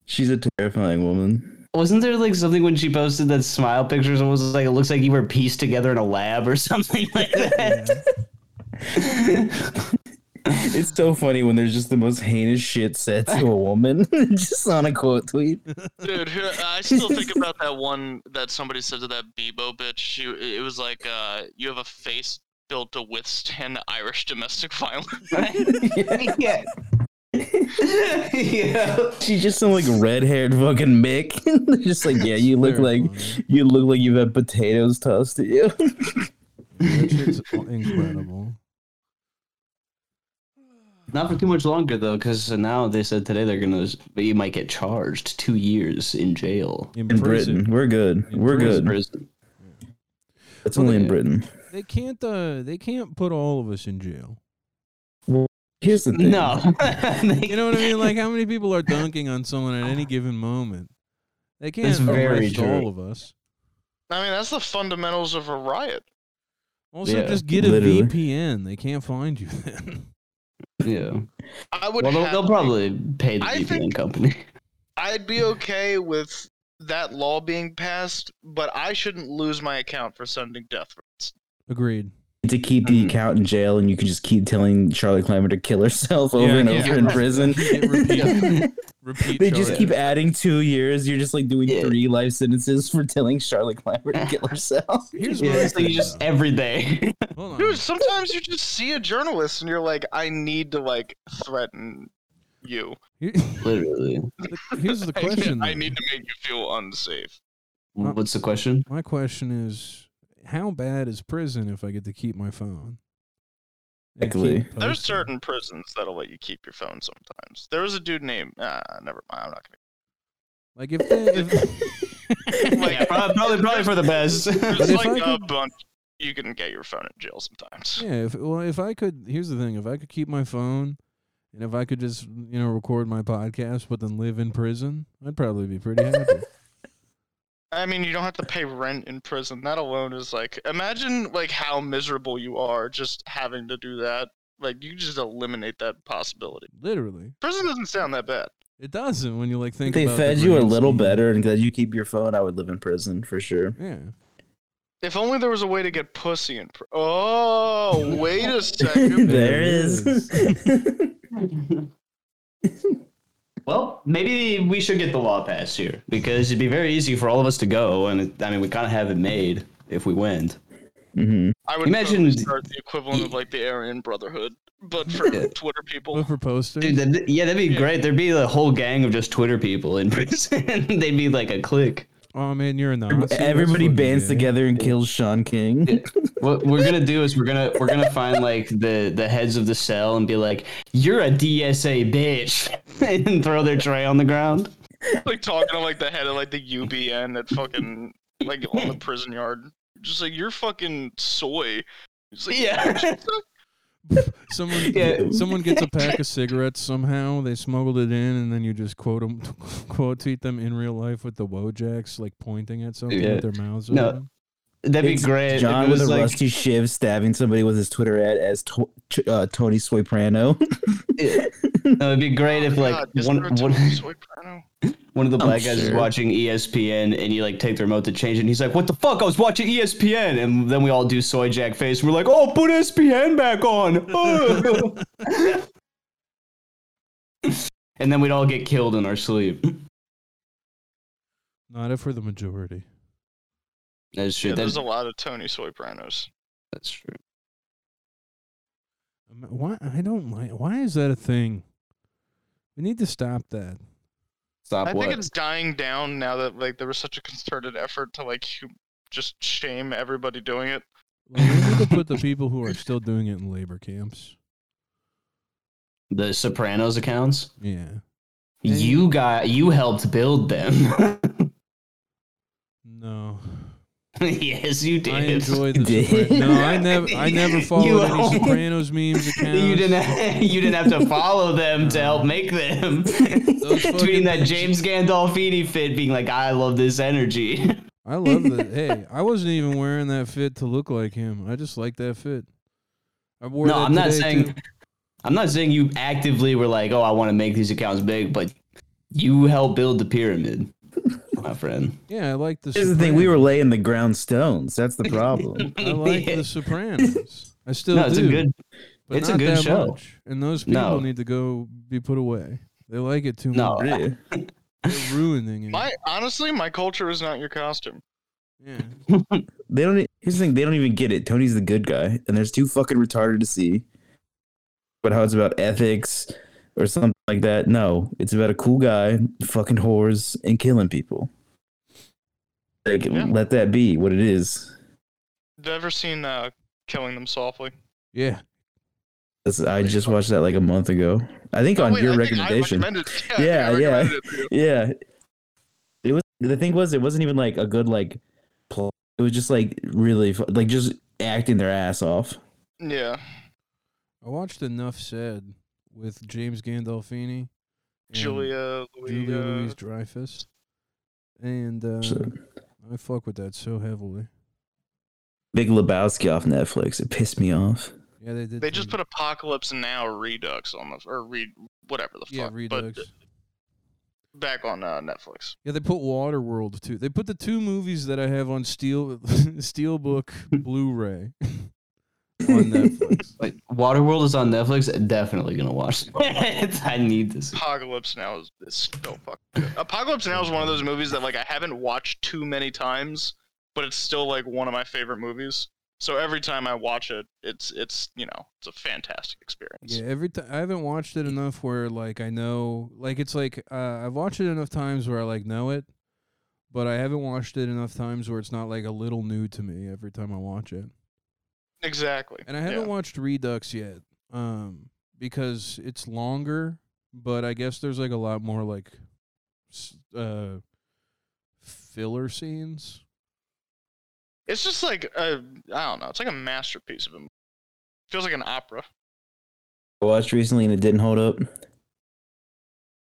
[SPEAKER 2] She's a terrifying woman.
[SPEAKER 4] Wasn't there like something when she posted that smile picture? Someone was like, it looks like you were pieced together in a lab or something like that.
[SPEAKER 2] It's so funny when there's just the most heinous shit said to a woman, just on a quote tweet.
[SPEAKER 3] Dude, who, I still think about that one that somebody said to that Bebo bitch. She, it was like, uh, you have a face built to withstand Irish domestic violence.
[SPEAKER 4] yeah. yeah.
[SPEAKER 2] She's just some like red haired fucking Mick. just like, yeah, you look like
[SPEAKER 1] Terrifying.
[SPEAKER 2] you look like you've had potatoes tossed at you.
[SPEAKER 1] That shit's incredible.
[SPEAKER 4] Not for too much longer though, because now they said today they're gonna you might get charged two years in jail.
[SPEAKER 1] In,
[SPEAKER 2] In
[SPEAKER 1] prison.
[SPEAKER 2] Britain, we're good. We're good.
[SPEAKER 4] Prison.
[SPEAKER 2] It's only in Britain.
[SPEAKER 1] they can't. Uh, they can't put all of us in jail.
[SPEAKER 2] Here's the thing.
[SPEAKER 4] No,
[SPEAKER 1] You know what I mean? Like how many people are dunking on someone at any given moment? They can't
[SPEAKER 4] That's very
[SPEAKER 1] arrest
[SPEAKER 4] true.
[SPEAKER 1] all of us.
[SPEAKER 3] I mean, that's the fundamentals of a riot.
[SPEAKER 1] Also,
[SPEAKER 4] Yeah,
[SPEAKER 1] just get a
[SPEAKER 2] literally.
[SPEAKER 1] VPN. They can't find you then.
[SPEAKER 4] yeah.
[SPEAKER 3] I would
[SPEAKER 4] Well, they'll,
[SPEAKER 3] have-
[SPEAKER 4] they'll probably pay the
[SPEAKER 3] I
[SPEAKER 4] VPN
[SPEAKER 3] think-
[SPEAKER 4] company.
[SPEAKER 3] I'd be okay with that law being passed, but I shouldn't lose my account for sending death threats.
[SPEAKER 1] Agreed.
[SPEAKER 2] to keep the
[SPEAKER 1] Mm.
[SPEAKER 4] Mhm.
[SPEAKER 2] account in jail and you can just keep telling Charlotte Clymer to kill herself over
[SPEAKER 1] Yeah,
[SPEAKER 2] and
[SPEAKER 1] yeah.
[SPEAKER 2] over in prison.
[SPEAKER 1] Get repeat. Repeat.
[SPEAKER 2] they just
[SPEAKER 1] charges.
[SPEAKER 2] keep adding two years. You're just like doing
[SPEAKER 4] Yeah.
[SPEAKER 2] three life sentences for telling Charlotte Clymer to kill herself.
[SPEAKER 1] Here's what I
[SPEAKER 4] Yeah, so you
[SPEAKER 1] think,
[SPEAKER 4] just
[SPEAKER 1] though.
[SPEAKER 4] every day.
[SPEAKER 1] Hold on.
[SPEAKER 3] Dude, sometimes you just see a journalist and you're like, I need to like threaten you.
[SPEAKER 1] Here-
[SPEAKER 4] Literally.
[SPEAKER 1] Here's the
[SPEAKER 3] I-
[SPEAKER 1] question.
[SPEAKER 3] I
[SPEAKER 1] though.
[SPEAKER 3] need to make you feel unsafe.
[SPEAKER 4] What's the question?
[SPEAKER 1] My question is, how bad is prison if I get to keep my phone? And keep
[SPEAKER 2] Exactly.
[SPEAKER 1] posting?
[SPEAKER 3] There's certain prisons that'll let you keep your phone sometimes. There was a dude named ah, never mind, I'm not
[SPEAKER 1] like if they if,
[SPEAKER 3] gonna like,
[SPEAKER 4] probably, probably, probably for the best.
[SPEAKER 1] But
[SPEAKER 3] there's
[SPEAKER 1] if
[SPEAKER 3] like
[SPEAKER 1] I
[SPEAKER 3] a
[SPEAKER 1] could-
[SPEAKER 3] bunch you can get your phone in jail sometimes.
[SPEAKER 1] yeah if well if I could here's the thing if I could keep my phone and if I could just you know record my podcast but then live in prison I'd probably be pretty happy.
[SPEAKER 3] I mean, you don't have to pay rent in prison. That alone is like, imagine like how miserable you are just having to do that. Like, you just eliminate that possibility.
[SPEAKER 1] Literally,
[SPEAKER 3] Prison doesn't sound that bad.
[SPEAKER 1] it doesn't when you like think.
[SPEAKER 2] If they
[SPEAKER 1] about the
[SPEAKER 2] fed you a
[SPEAKER 1] grand
[SPEAKER 2] little
[SPEAKER 1] scheme.
[SPEAKER 2] better and that you keep your phone, I would live in prison for sure.
[SPEAKER 1] Yeah,
[SPEAKER 3] If only there was a way to get pussy in. Pr- oh, wait a second.
[SPEAKER 2] there
[SPEAKER 1] There
[SPEAKER 2] it is.
[SPEAKER 4] well, maybe we should get the law passed here because it'd be very easy for all of us to go, and it, I mean, we kind of have it made if we win.
[SPEAKER 2] hmm
[SPEAKER 3] I would
[SPEAKER 4] Imagine-
[SPEAKER 3] imagine start the equivalent of like the Aryan Brotherhood, but for Twitter people.
[SPEAKER 1] Look for posters.
[SPEAKER 4] Dude, that'd, yeah, that'd be
[SPEAKER 3] Yeah.
[SPEAKER 4] great. There'd be a whole gang of just Twitter people in prison. They'd be like a clique.
[SPEAKER 1] oh man, you're a Nazi. That's
[SPEAKER 2] Everybody
[SPEAKER 1] fucking
[SPEAKER 2] bands
[SPEAKER 1] gay.
[SPEAKER 2] together and kills Sean King.
[SPEAKER 4] What we're gonna do is we're gonna we're gonna find like the the heads of the cell and be like, "You're a DSA bitch," and throw their tray on the ground.
[SPEAKER 3] Like talking to like the head of like the UBN at fucking like on the prison yard. Just like you're fucking soy. Just like,
[SPEAKER 4] Yeah.
[SPEAKER 1] Someone,
[SPEAKER 4] Yeah.
[SPEAKER 1] someone gets a pack of cigarettes somehow. They smuggled it in, and then you just quote 'em- quote tweet them in real life with the Wojaks like pointing at something
[SPEAKER 4] Yeah.
[SPEAKER 1] with their mouths.
[SPEAKER 4] No.
[SPEAKER 1] open.
[SPEAKER 4] That'd
[SPEAKER 2] It's
[SPEAKER 4] be great. if
[SPEAKER 2] John
[SPEAKER 4] it
[SPEAKER 2] with
[SPEAKER 4] was
[SPEAKER 2] a
[SPEAKER 4] like,
[SPEAKER 2] rusty shiv stabbing somebody with his Twitter ad as to- Ch- uh, Tony Soprano.
[SPEAKER 4] it- no, it'd be great if like
[SPEAKER 3] "Oh God, isn't there
[SPEAKER 4] one
[SPEAKER 3] a
[SPEAKER 4] one,
[SPEAKER 3] Tony Soprano?
[SPEAKER 4] one of the
[SPEAKER 2] I'm
[SPEAKER 4] black guys is
[SPEAKER 2] sure.
[SPEAKER 4] watching E ESPN and you like take the remote to change it and he's like, "What the fuck? I was watching E ESPN." And then we all do soy jack face. And we're like, "Oh, put ESPN back on." Oh. and then we'd all get killed in our sleep.
[SPEAKER 1] Not if we're the majority.
[SPEAKER 4] That's true.
[SPEAKER 3] Yeah,
[SPEAKER 4] that's,
[SPEAKER 3] there's a lot of Tony Sopranos.
[SPEAKER 4] that's true.
[SPEAKER 1] Um, Why I don't like. Why is that a thing? We need to stop that.
[SPEAKER 4] Stop
[SPEAKER 3] I
[SPEAKER 4] what?
[SPEAKER 3] think it's dying down now that like there was such a concerted effort to like hu- just shame everybody doing it.
[SPEAKER 1] Like, we need to put the people who are still doing it in labor camps.
[SPEAKER 4] the Sopranos accounts.
[SPEAKER 1] Yeah. Hey.
[SPEAKER 4] You got you helped build them.
[SPEAKER 1] No.
[SPEAKER 4] yes, you did.
[SPEAKER 1] I enjoy the.
[SPEAKER 2] Did-
[SPEAKER 1] Sopran- no, I never. I never
[SPEAKER 4] You
[SPEAKER 1] followed any
[SPEAKER 4] all-
[SPEAKER 1] Sopranos memes accounts.
[SPEAKER 4] you didn't. You didn't have to follow them to help make them. Tweeting
[SPEAKER 1] fucking-
[SPEAKER 4] that James Gandolfini fit, being like, "I love this energy."
[SPEAKER 1] I love that. hey, I wasn't even wearing that fit to look like him. I just like that fit. I wore
[SPEAKER 4] No,
[SPEAKER 1] that
[SPEAKER 4] I'm not
[SPEAKER 1] today,
[SPEAKER 4] saying.
[SPEAKER 1] too.
[SPEAKER 4] I'm not saying you actively were like, "Oh, I want to make these accounts big," but you helped build the pyramid, my friend.
[SPEAKER 1] Yeah, I like the.
[SPEAKER 2] Here's the thing: we were
[SPEAKER 1] Sopranos.
[SPEAKER 2] laying the ground stones. That's the problem.
[SPEAKER 1] I like
[SPEAKER 4] Yeah.
[SPEAKER 1] the Sopranos. I still
[SPEAKER 4] no, it's
[SPEAKER 1] do,
[SPEAKER 4] a good.
[SPEAKER 1] but
[SPEAKER 4] it's a
[SPEAKER 1] not
[SPEAKER 4] good
[SPEAKER 1] that
[SPEAKER 4] show.
[SPEAKER 1] much. And those people
[SPEAKER 4] No.
[SPEAKER 1] need to go be put away. They like it too
[SPEAKER 4] No,
[SPEAKER 1] much.
[SPEAKER 2] Yeah.
[SPEAKER 1] They're ruining it.
[SPEAKER 3] My honestly, my culture is not your costume.
[SPEAKER 1] yeah.
[SPEAKER 2] They don't. e- Here's the thing: they don't even get it. Tony's the good guy, and there's too fucking retarded to see. But how it's about ethics or something like that? No, it's about a cool guy, fucking whores, and killing people. Like,
[SPEAKER 3] Yeah.
[SPEAKER 2] let that be what it is.
[SPEAKER 3] Have you ever seen uh, Killing Them Softly?
[SPEAKER 1] Yeah.
[SPEAKER 2] That's- I just watched that like a month ago. I think on
[SPEAKER 3] Oh, Wait,
[SPEAKER 2] your
[SPEAKER 3] I think I
[SPEAKER 2] recommendation.
[SPEAKER 3] recommended it.
[SPEAKER 2] Yeah,
[SPEAKER 3] I think I
[SPEAKER 2] yeah.
[SPEAKER 3] recommended it to you.
[SPEAKER 2] yeah, it was. The thing was, it wasn't even like a good like. Plot. It was just like really fu- like just acting their ass off.
[SPEAKER 3] Yeah.
[SPEAKER 1] I watched Enough Said with James Gandolfini, and
[SPEAKER 3] Julia, Louis,
[SPEAKER 1] Julia Louise
[SPEAKER 3] uh,
[SPEAKER 1] Dreyfus, and uh,
[SPEAKER 2] So-
[SPEAKER 1] I fuck with that so heavily.
[SPEAKER 2] Big Lebowski off Netflix. It pissed me off.
[SPEAKER 1] Yeah, they did.
[SPEAKER 3] They just
[SPEAKER 1] change
[SPEAKER 3] put Apocalypse Now Redux on the or read whatever the
[SPEAKER 1] it. yeah
[SPEAKER 3] fuck.
[SPEAKER 1] Redux.
[SPEAKER 3] But back on uh, Netflix.
[SPEAKER 1] Yeah, they put Waterworld too. They put the two movies that I have on Steel Steelbook Blu-ray on Netflix.
[SPEAKER 4] Like Waterworld is on Netflix. Definitely gonna watch. it. I need this.
[SPEAKER 3] Apocalypse Now is, is still fucking good. Apocalypse Now is one of those movies that like I haven't watched too many times, but it's still like one of my favorite movies. So every time I watch it, it's it's you know it's a fantastic experience.
[SPEAKER 1] Yeah, every time I haven't watched it enough where like I know like it's like uh, I've watched it enough times where I like know it, but I haven't watched it enough times where it's not like a little new to me every time I watch it.
[SPEAKER 3] Exactly.
[SPEAKER 1] And I haven't
[SPEAKER 3] Yeah.
[SPEAKER 1] watched Redux yet, um, because it's longer. But I guess there's like a lot more like, s- uh, filler scenes.
[SPEAKER 3] It's just like a, I don't know. It's like a masterpiece of a. movie. Feels like an opera.
[SPEAKER 2] I watched recently and it didn't hold up.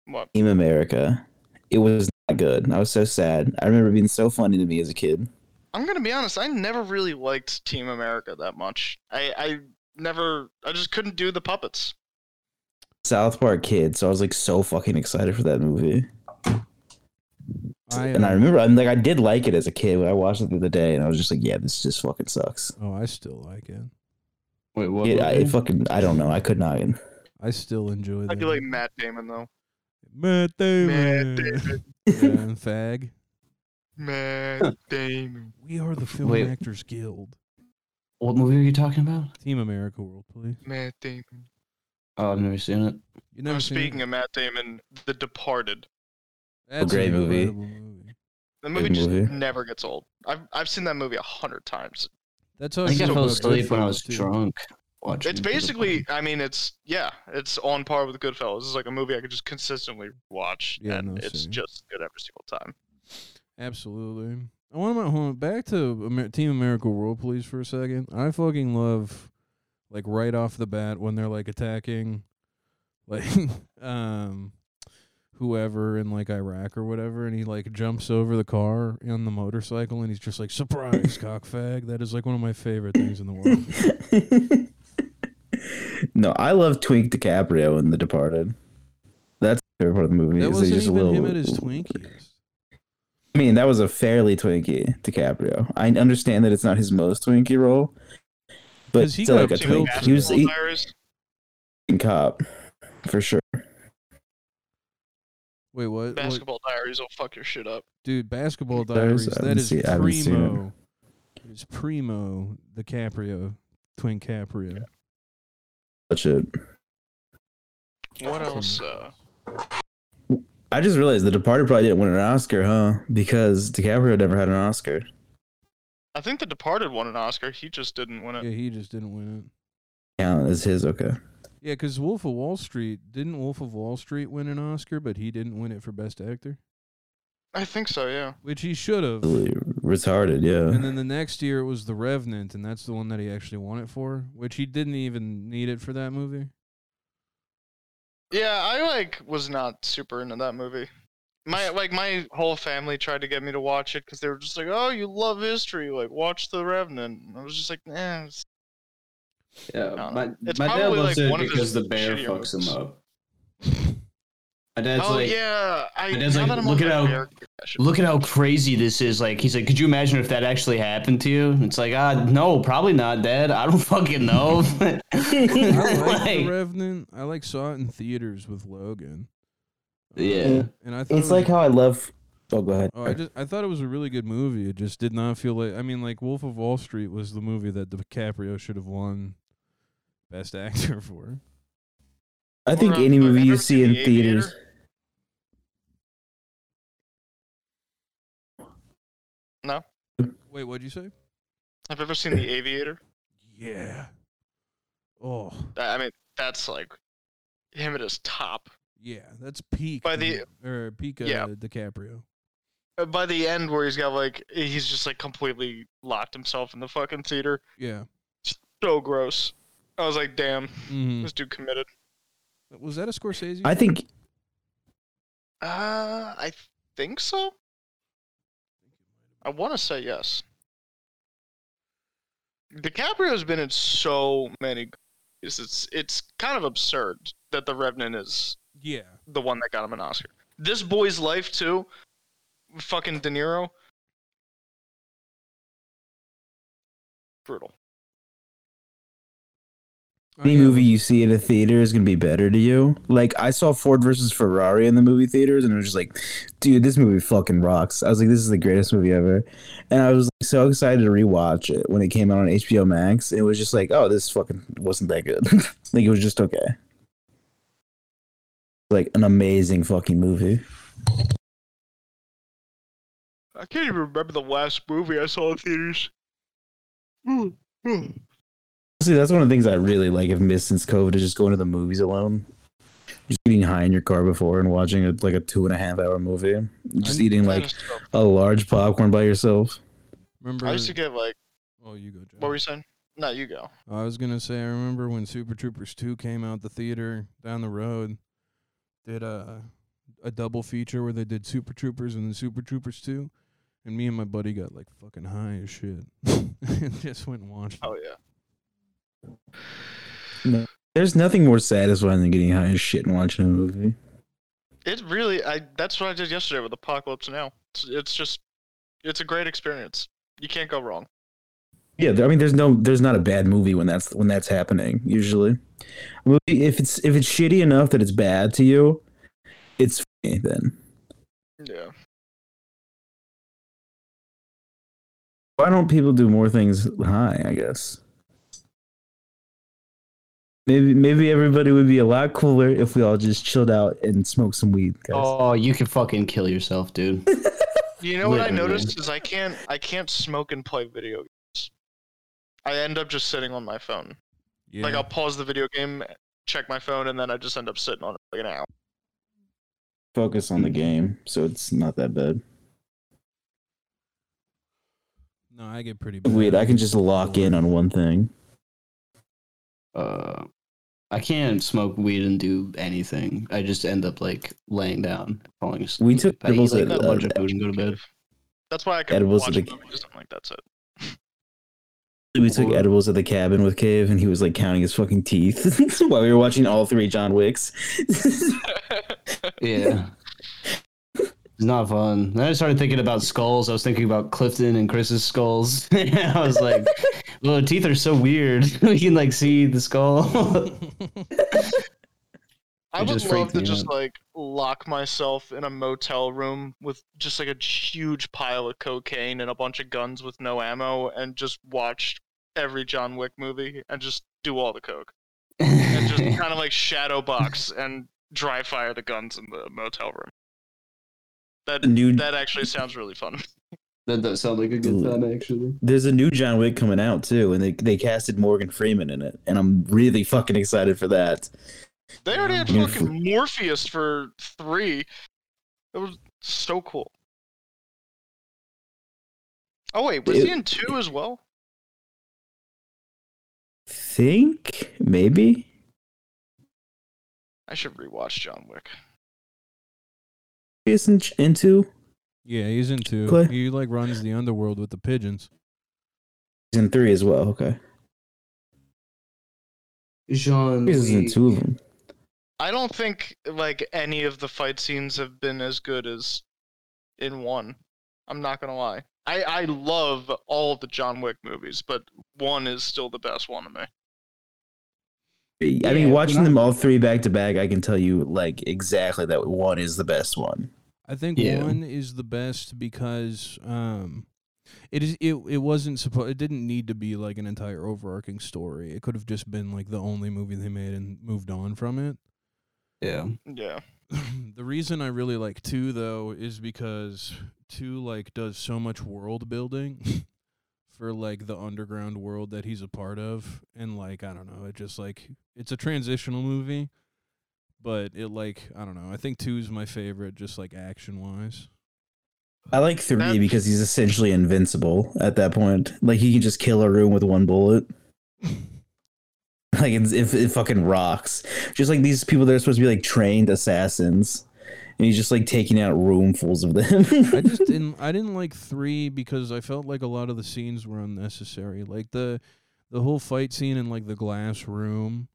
[SPEAKER 3] What?
[SPEAKER 2] Team America. It was not good. I was so sad. I remember it being so funny to me as a kid.
[SPEAKER 3] I'm gonna be honest. I never really liked Team America that much. I I never. I just couldn't do the puppets.
[SPEAKER 2] South Park kid, so I was like so fucking excited for that movie.
[SPEAKER 1] I,
[SPEAKER 2] and I
[SPEAKER 1] uh,
[SPEAKER 2] remember, I'm like, I did like it as a kid. I watched it the other day, and I was just like, yeah, this just fucking sucks.
[SPEAKER 1] Oh, I still like it.
[SPEAKER 4] Wait, what?
[SPEAKER 2] It, I, it
[SPEAKER 4] movie?
[SPEAKER 2] fucking, I don't know. I could not.
[SPEAKER 1] I still enjoy that.
[SPEAKER 3] I do like Matt Damon though.
[SPEAKER 1] Matt Damon.
[SPEAKER 3] Matt Damon.
[SPEAKER 1] Yeah, fag.
[SPEAKER 3] Matt Damon.
[SPEAKER 1] We are the Film
[SPEAKER 4] Wait.
[SPEAKER 1] Actors Guild.
[SPEAKER 4] what movie are you talking about?
[SPEAKER 1] Team America World Police.
[SPEAKER 3] Matt Damon.
[SPEAKER 4] Oh, I've never seen it.
[SPEAKER 1] You
[SPEAKER 3] No,
[SPEAKER 1] never seen it?
[SPEAKER 3] speaking of Matt Damon, The Departed.
[SPEAKER 1] That's
[SPEAKER 2] great
[SPEAKER 1] an
[SPEAKER 2] movie.
[SPEAKER 1] incredible movie.
[SPEAKER 3] The movie
[SPEAKER 2] Good
[SPEAKER 3] just
[SPEAKER 2] movie.
[SPEAKER 3] never gets old. I've I've seen that movie a hundred times.
[SPEAKER 1] That's how
[SPEAKER 4] I think I
[SPEAKER 3] so
[SPEAKER 4] fell
[SPEAKER 3] good.
[SPEAKER 4] asleep when I was
[SPEAKER 1] Goodfellas, too.
[SPEAKER 4] drunk. Watching
[SPEAKER 3] It's
[SPEAKER 4] it for the
[SPEAKER 3] basically,
[SPEAKER 4] fun.
[SPEAKER 3] I mean, it's yeah, it's on par with Goodfellas. It's like a movie I could just consistently watch,
[SPEAKER 1] Yeah, no,
[SPEAKER 3] and it's
[SPEAKER 1] same.
[SPEAKER 3] just good every single time.
[SPEAKER 1] Absolutely. I want to hold on, back to Amer- Team America World Police for a second. I fucking love, like right off the bat when they're like attacking, like um, whoever in like Iraq or whatever, and he like jumps over the car on the motorcycle, and he's just like surprise cockfag. That is like one of my favorite things in the world.
[SPEAKER 2] no, I love Twink DiCaprio in The Departed. That's the favorite part of the movie.
[SPEAKER 1] That
[SPEAKER 2] is he's
[SPEAKER 1] wasn't
[SPEAKER 2] just a
[SPEAKER 1] even
[SPEAKER 2] little-
[SPEAKER 1] him at his Twinkies.
[SPEAKER 2] I mean, that was a fairly Twinkie DiCaprio. I understand that it's not his most Twinkie role, but
[SPEAKER 1] 'Cause he
[SPEAKER 2] still like
[SPEAKER 1] got
[SPEAKER 2] a
[SPEAKER 1] killed
[SPEAKER 2] Twinkie.
[SPEAKER 1] for
[SPEAKER 2] He was
[SPEAKER 3] Basketball
[SPEAKER 2] a
[SPEAKER 3] players,
[SPEAKER 2] cop for sure.
[SPEAKER 1] Wait, what? what?
[SPEAKER 3] basketball diaries will fuck your shit up.
[SPEAKER 1] Dude, Basketball
[SPEAKER 2] There's-
[SPEAKER 1] Diaries.
[SPEAKER 2] I
[SPEAKER 1] That
[SPEAKER 2] haven't
[SPEAKER 1] is
[SPEAKER 2] seen- I haven't seen it.
[SPEAKER 1] primo. It's primo the Caprio, twin Caprio.
[SPEAKER 2] Such a.
[SPEAKER 3] What else? Uh,
[SPEAKER 2] I just realized The Departed probably didn't win an Oscar, huh? Because DiCaprio never had an Oscar.
[SPEAKER 3] I think The Departed won an Oscar. He just didn't win it.
[SPEAKER 1] Yeah, he just didn't win it.
[SPEAKER 2] Yeah, it's his okay.
[SPEAKER 1] Yeah, 'cause Wolf of Wall Street didn't Wolf of Wall Street win an Oscar, but he didn't win it for Best Actor,
[SPEAKER 3] I think so. Yeah.
[SPEAKER 1] which he should have.
[SPEAKER 2] Really retarded,
[SPEAKER 1] And
[SPEAKER 2] yeah.
[SPEAKER 1] then the next year it was The Revenant, and that's the one that he actually won it for, which he didn't even need it for that movie.
[SPEAKER 3] Yeah, I like was not super into that movie. My like my whole family tried to get me to watch it because they were just like, "Oh, you love history, like watch The Revenant." And I was just like, "Nah." it's-
[SPEAKER 4] Yeah,
[SPEAKER 3] no.
[SPEAKER 4] my,
[SPEAKER 3] It's
[SPEAKER 4] my dad
[SPEAKER 3] probably,
[SPEAKER 4] loves
[SPEAKER 3] like,
[SPEAKER 4] it
[SPEAKER 3] one of
[SPEAKER 4] because
[SPEAKER 3] his
[SPEAKER 4] the bear
[SPEAKER 3] shittier
[SPEAKER 4] fucks
[SPEAKER 3] movies.
[SPEAKER 4] him up. My dad's
[SPEAKER 3] oh
[SPEAKER 4] like,
[SPEAKER 3] yeah, I
[SPEAKER 4] it is,
[SPEAKER 3] now
[SPEAKER 4] like,
[SPEAKER 3] that I'm
[SPEAKER 4] look
[SPEAKER 3] on
[SPEAKER 4] at
[SPEAKER 3] my
[SPEAKER 4] how-
[SPEAKER 3] bear confession-
[SPEAKER 4] look at how crazy this is. Like, he's like, could you imagine if that actually happened to you? It's like, ah, no, probably not, Dad. I don't fucking know.
[SPEAKER 1] I like
[SPEAKER 4] Like-
[SPEAKER 1] The Revenant. I like saw it in theaters with Logan. Um,
[SPEAKER 4] yeah.
[SPEAKER 1] And I thought it
[SPEAKER 2] It's
[SPEAKER 1] was
[SPEAKER 2] like how I love. Oh, go ahead.
[SPEAKER 1] Oh, I just I thought it was a really good movie. It just did not feel like I mean, like Wolf of Wall Street was the movie that DiCaprio should have won Best Actor for.
[SPEAKER 2] I think
[SPEAKER 3] Or, uh,
[SPEAKER 2] any
[SPEAKER 3] have
[SPEAKER 2] movie
[SPEAKER 3] you
[SPEAKER 2] you
[SPEAKER 3] ever
[SPEAKER 2] see
[SPEAKER 3] seen
[SPEAKER 2] in
[SPEAKER 3] The Aviator?
[SPEAKER 2] theaters.
[SPEAKER 1] Wait, what'd you say?
[SPEAKER 3] I've ever seen The Aviator.
[SPEAKER 1] Yeah. Oh
[SPEAKER 3] I I mean, that's like him at his top.
[SPEAKER 1] yeah, that's peak.
[SPEAKER 3] By the-
[SPEAKER 1] Di- or peak uh,
[SPEAKER 3] Yeah.
[SPEAKER 1] DiCaprio.
[SPEAKER 3] Uh, By the end, where he's got like he's just like completely locked himself in the fucking theater.
[SPEAKER 1] Yeah.
[SPEAKER 3] So gross. I was like, "Damn,
[SPEAKER 2] Mm.
[SPEAKER 1] hmm
[SPEAKER 3] this dude committed."
[SPEAKER 1] Was that a Scorsese?
[SPEAKER 2] I think
[SPEAKER 3] Uh, I think so. I want to say yes. DiCaprio's been in so many. movies, It's it's kind of absurd that The Revenant is
[SPEAKER 1] yeah.
[SPEAKER 3] the one that got him an Oscar. This boy's life too. Fucking De Niro. Brutal.
[SPEAKER 1] Oh,
[SPEAKER 2] any movie you see in a theater is gonna be better to you. Like I saw Ford versus Ferrari in the movie theaters, and I was just like, "Dude, this movie fucking rocks!" I was like, "This is the greatest movie ever," and I was like, so excited to rewatch it when it came out on HBO Max. It was just like, "Oh, this fucking wasn't that good." like it was just okay. Like an amazing fucking movie.
[SPEAKER 3] I can't even remember the last movie I saw in theaters. Mm, mm.
[SPEAKER 2] See, that's one of the things I really like have missed since COVID is just going to the movies alone. Just getting high in your car before and watching a, like a two and a half hour movie. Just
[SPEAKER 1] I'm-
[SPEAKER 2] eating
[SPEAKER 3] Kinda
[SPEAKER 2] like
[SPEAKER 3] stuff.
[SPEAKER 2] a large popcorn by yourself.
[SPEAKER 1] remember?
[SPEAKER 3] I used to get like.
[SPEAKER 1] oh, you go. Jack.
[SPEAKER 3] What were you saying? No, you go.
[SPEAKER 1] I was gonna say, I remember when Super Troopers two came out, the theater down the road did a a double feature where they did Super Troopers and then Super Troopers two, and me and my buddy got like fucking high as shit and just went and watched. it.
[SPEAKER 3] Oh yeah.
[SPEAKER 2] There's nothing more satisfying than getting high as shit and watching a movie.
[SPEAKER 3] It really, I that's what I did yesterday with Apocalypse Now. It's it's just it's a great experience. You can't go wrong.
[SPEAKER 2] Yeah, there- I mean, there's no, there's not a bad movie when that's when that's happening. Usually, A movie- if it's if it's shitty enough that it's bad to you, it's funny then.
[SPEAKER 3] Yeah.
[SPEAKER 2] Why don't people do more things high? I guess. Maybe maybe everybody would be a lot cooler if we all just chilled out and smoked some weed, guys.
[SPEAKER 4] Oh, you can fucking kill yourself, dude.
[SPEAKER 3] You know what I
[SPEAKER 4] Literally.
[SPEAKER 3] noticed is I can't I can't smoke and play video games. I end up just sitting on my phone.
[SPEAKER 1] Yeah.
[SPEAKER 3] Like I'll pause the video game, check my phone, and then I just end up sitting on it for like an hour.
[SPEAKER 2] Focus on the game, so it's not that bad.
[SPEAKER 1] no, I get pretty bad.
[SPEAKER 2] Weed, I can just lock in on one thing.
[SPEAKER 4] Uh, I can't smoke weed and do anything. I just end up like laying down, falling asleep.
[SPEAKER 2] We took
[SPEAKER 4] I eat,
[SPEAKER 2] edibles
[SPEAKER 4] like,
[SPEAKER 2] at,
[SPEAKER 4] a bunch of
[SPEAKER 2] uh,
[SPEAKER 4] food and go to bed.
[SPEAKER 3] That's why I can
[SPEAKER 2] Edibles
[SPEAKER 3] watch
[SPEAKER 2] are the-
[SPEAKER 3] movies. I'm like, that's it.
[SPEAKER 2] We took edibles at the cabin with Cave, and he was like counting his fucking teeth while we were watching all three John Wicks.
[SPEAKER 4] Yeah. It's not fun. Then I started thinking about skulls. I was thinking about Clifton and Chris's skulls. I was like, well, teeth are so weird. we can like see the skull.
[SPEAKER 3] I
[SPEAKER 4] It
[SPEAKER 3] would
[SPEAKER 4] just
[SPEAKER 3] love
[SPEAKER 4] freaked
[SPEAKER 3] to
[SPEAKER 4] me
[SPEAKER 3] just
[SPEAKER 4] out.
[SPEAKER 3] like lock myself in a motel room with just like a huge pile of cocaine and a bunch of guns with no ammo and just watch every John Wick movie and just do all the coke and just kind of like shadow box and dry fire the guns in the motel room. That
[SPEAKER 2] New-
[SPEAKER 3] that actually sounds really fun.
[SPEAKER 4] that does sound like a
[SPEAKER 2] good time,
[SPEAKER 4] actually.
[SPEAKER 2] There's a new John Wick coming out too, and they they casted Morgan Freeman in it, and I'm really fucking excited for that.
[SPEAKER 3] They already had
[SPEAKER 2] Morph-
[SPEAKER 3] fucking Morpheus for three. It was so cool. Oh wait, was he
[SPEAKER 2] It-
[SPEAKER 3] in two as well?
[SPEAKER 2] Think maybe
[SPEAKER 3] I should rewatch John Wick.
[SPEAKER 2] he's in, into
[SPEAKER 1] yeah, he's into.
[SPEAKER 2] Clay?
[SPEAKER 1] He like runs the underworld with the pigeons.
[SPEAKER 2] he's in three as well. Okay,
[SPEAKER 4] Jean.
[SPEAKER 2] he's in two of them.
[SPEAKER 3] I don't think like any of the fight scenes have been as good as in one. I'm not gonna lie. I I love all the John Wick movies, but one is still the best one to me.
[SPEAKER 2] I
[SPEAKER 4] Yeah,
[SPEAKER 2] mean, watching
[SPEAKER 4] when I-
[SPEAKER 2] them all three back to back, I can tell you like exactly that one is the best one.
[SPEAKER 1] I think
[SPEAKER 4] Yeah.
[SPEAKER 1] one is the best because um, it is it it wasn't supposed it didn't need to be like an entire overarching story. It could have just been like the only movie they made and moved on from it.
[SPEAKER 4] Yeah.
[SPEAKER 3] Yeah.
[SPEAKER 1] the reason I really like two though is because two like does so much world building for like the underground world that he's a part of, and like I don't know, it just like it's a transitional movie, but it like I don't know. I think two is my favorite, just like action wise.
[SPEAKER 2] I like three
[SPEAKER 3] That-
[SPEAKER 2] because he's essentially invincible at that point. Like he can just kill a room with one bullet. Like it's, if it fucking rocks, just like these people that are supposed to be like trained assassins, and he's just like taking out roomfuls of them.
[SPEAKER 1] I just didn't. I didn't like three because I felt like a lot of the scenes were unnecessary. Like the the whole fight scene in like the glass room,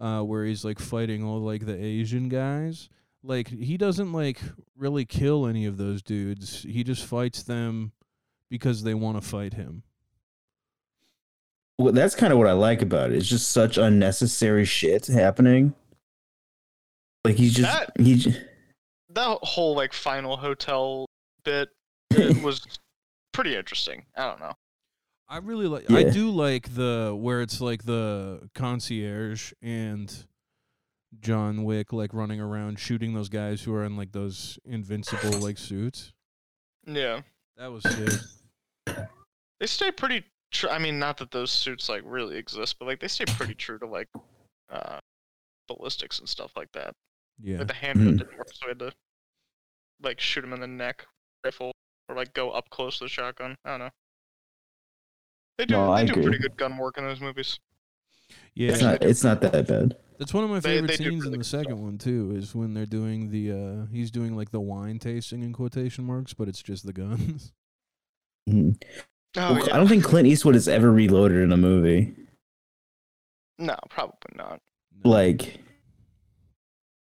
[SPEAKER 1] uh, where he's like fighting all like the Asian guys. Like he doesn't like really kill any of those dudes. He just fights them because they want to fight him.
[SPEAKER 2] well, that's kind of what I like about it. It's just such unnecessary shit happening. Like he's just
[SPEAKER 3] That-
[SPEAKER 2] he. j-
[SPEAKER 3] That whole like final hotel bit it was pretty interesting. I don't know.
[SPEAKER 1] I really like. I
[SPEAKER 2] Yeah.
[SPEAKER 1] do like the where it's like the concierge and John Wick like running around shooting those guys who are in like those invincible like suits.
[SPEAKER 3] Yeah.
[SPEAKER 1] That was sick.
[SPEAKER 3] They stay pretty tr- I mean not that those suits like really exist, but like they stay pretty true to like uh ballistics and stuff like that.
[SPEAKER 1] Yeah.
[SPEAKER 3] Like the handgun
[SPEAKER 2] Mhm.
[SPEAKER 3] didn't work, so I had to like shoot him in the neck, rifle, or like go up close to the shotgun. I don't know. They do
[SPEAKER 2] No,
[SPEAKER 3] they
[SPEAKER 2] I
[SPEAKER 3] do
[SPEAKER 2] agree.
[SPEAKER 3] pretty good gun work in those movies.
[SPEAKER 1] Yeah.
[SPEAKER 2] It's not. It's not that bad.
[SPEAKER 1] That's one of my
[SPEAKER 3] They-
[SPEAKER 1] favorite
[SPEAKER 3] they do
[SPEAKER 1] scenes
[SPEAKER 3] really
[SPEAKER 1] in the
[SPEAKER 3] good
[SPEAKER 1] second
[SPEAKER 3] stuff.
[SPEAKER 1] one too is when they're doing the uh he's doing like the wine tasting in quotation marks, but it's just the guns.
[SPEAKER 2] Mhm.
[SPEAKER 3] Oh,
[SPEAKER 2] Well,
[SPEAKER 3] yeah.
[SPEAKER 2] I don't think Clint Eastwood has ever reloaded in a movie.
[SPEAKER 3] No, probably not.
[SPEAKER 1] No.
[SPEAKER 2] Like,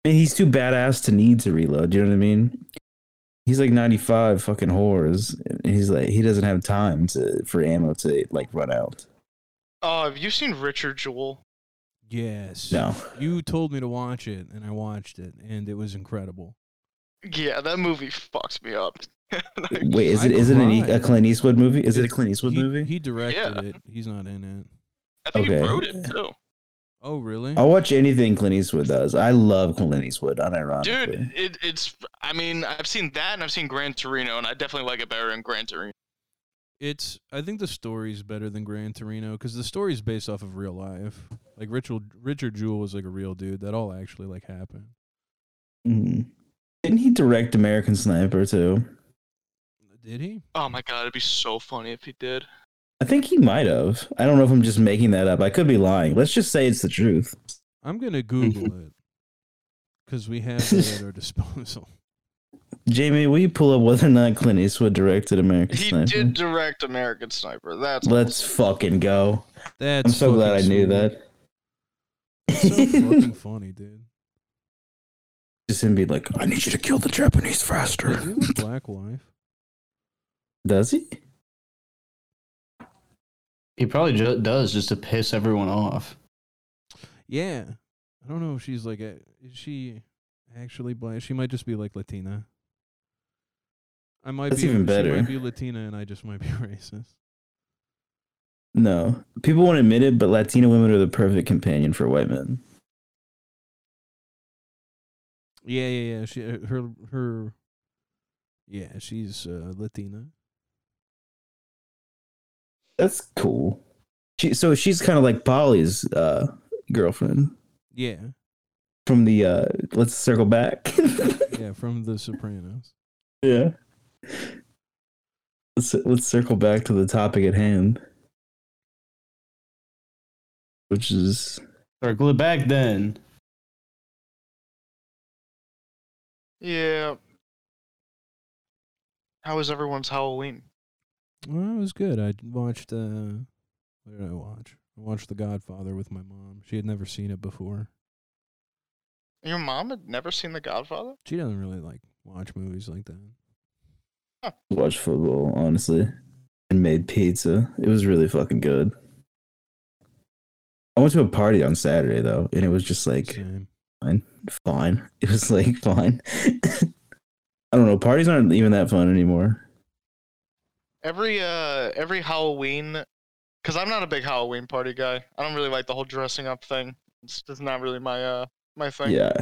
[SPEAKER 2] I mean, he's too badass to need to reload. You know what I mean? He's like 95 fucking whores. And he's like, he doesn't have time to for ammo to like run out.
[SPEAKER 3] Oh, have you seen Richard Jewell?
[SPEAKER 1] Yes.
[SPEAKER 2] No.
[SPEAKER 1] You told me to watch it, and I watched it, and it was incredible.
[SPEAKER 3] Yeah, that movie fucks me up. Like,
[SPEAKER 2] Wait, is
[SPEAKER 1] I
[SPEAKER 2] it is it an, E,
[SPEAKER 1] cried.
[SPEAKER 2] a Clint Eastwood movie? Is it a Clint Eastwood
[SPEAKER 1] he,
[SPEAKER 2] movie?
[SPEAKER 1] He directed it. He's not in it.
[SPEAKER 3] I think he
[SPEAKER 2] Okay.
[SPEAKER 3] wrote it too.
[SPEAKER 1] Oh, really?
[SPEAKER 2] I'll watch anything Clint Eastwood does. I love Clint Eastwood, unironically.
[SPEAKER 3] Dude, it, it's. I mean, I've seen that and I've seen Gran Torino, and I definitely like it better in Gran Torino.
[SPEAKER 1] It's. I think the story's better than Gran Torino because the story's based off of real life. Like Richard Richard Jewell was like a real dude. That all actually like happened.
[SPEAKER 2] Mhm. Didn't he direct American Sniper too?
[SPEAKER 1] Did he?
[SPEAKER 3] Oh my god, it'd be so funny if he did.
[SPEAKER 2] I think he might have. I don't know if I'm just making that up. I could be lying. Let's just say it's the truth.
[SPEAKER 1] I'm gonna
[SPEAKER 2] Mm-hmm.
[SPEAKER 1] Google it because we have that at our disposal.
[SPEAKER 2] Jamie, will you pull up whether or not Clint Eastwood directed American
[SPEAKER 3] He
[SPEAKER 2] Sniper?
[SPEAKER 3] did direct American Sniper. That's
[SPEAKER 2] Let's fucking go.
[SPEAKER 1] That's.
[SPEAKER 2] I'm so glad I
[SPEAKER 1] fucking
[SPEAKER 2] knew
[SPEAKER 1] sweet.
[SPEAKER 2] that.
[SPEAKER 1] So fucking funny, dude.
[SPEAKER 2] just him be like, I need you to kill the Japanese faster.
[SPEAKER 1] Does he have a black wife?
[SPEAKER 2] Does he?
[SPEAKER 4] He probably ju- does just to piss everyone off.
[SPEAKER 1] Yeah. I don't know if she's like a. Is she actually black? She might just be like Latina. I might
[SPEAKER 2] That's
[SPEAKER 1] be
[SPEAKER 2] even
[SPEAKER 1] She
[SPEAKER 2] better.
[SPEAKER 1] might be Latina, and I just might be racist.
[SPEAKER 2] No. People won't admit it, but Latina women are the perfect companion for white men.
[SPEAKER 1] Yeah, yeah, yeah. She uh, her her. Yeah, she's uh, Latina.
[SPEAKER 2] That's cool. She, so she's kind of like Polly's uh, girlfriend
[SPEAKER 1] Yeah,
[SPEAKER 2] from the uh, Let's Circle Back.
[SPEAKER 1] yeah, from The Sopranos.
[SPEAKER 2] yeah. Let's, let's circle back to the topic at hand, which is
[SPEAKER 4] Circle it back then.
[SPEAKER 3] yeah. How is everyone's Halloween?
[SPEAKER 1] Well, it was good. I watched. uh What did I watch? I watched The Godfather with my mom. She had never seen it before.
[SPEAKER 3] Your mom had never seen The Godfather.
[SPEAKER 1] She doesn't really like watch movies like that.
[SPEAKER 2] watch football, honestly, and made pizza. It was really fucking good. I went to a party on Saturday though, and it was just like
[SPEAKER 1] Same.
[SPEAKER 2] fine. It was like fine. I don't know. Parties aren't even that fun anymore.
[SPEAKER 3] Every uh every Halloween, because I'm not a big Halloween party guy. I don't really like the whole dressing up thing. It's just not really my uh my thing.
[SPEAKER 2] Yeah,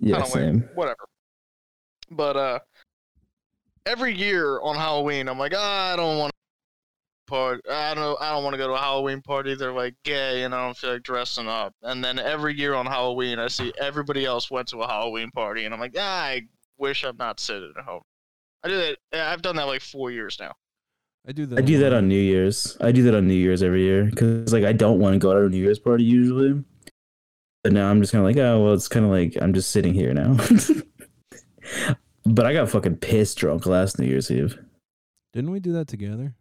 [SPEAKER 2] yeah,
[SPEAKER 3] Kinda lame.
[SPEAKER 2] same.
[SPEAKER 3] Whatever. But uh, every year on Halloween, I'm like, "Ah, I don't want to part. I don't. I don't want to go to a Halloween party. They're like gay, and I don't feel like dressing up. And then every year on Halloween, I see everybody else went to a Halloween party, and I'm like, ah, I wish I'm not sitting at home. I do that. I've done that like four years now.
[SPEAKER 1] I do that.
[SPEAKER 2] I
[SPEAKER 1] a
[SPEAKER 2] do that
[SPEAKER 1] lot.
[SPEAKER 2] on New Year's. I do that on New Year's every year because like I don't want to go out to a New Year's party usually, but now I'm just kind of like, oh well, it's kind of like I'm just sitting here now. but I got fucking pissed drunk last New Year's Eve.
[SPEAKER 1] Didn't we do that together?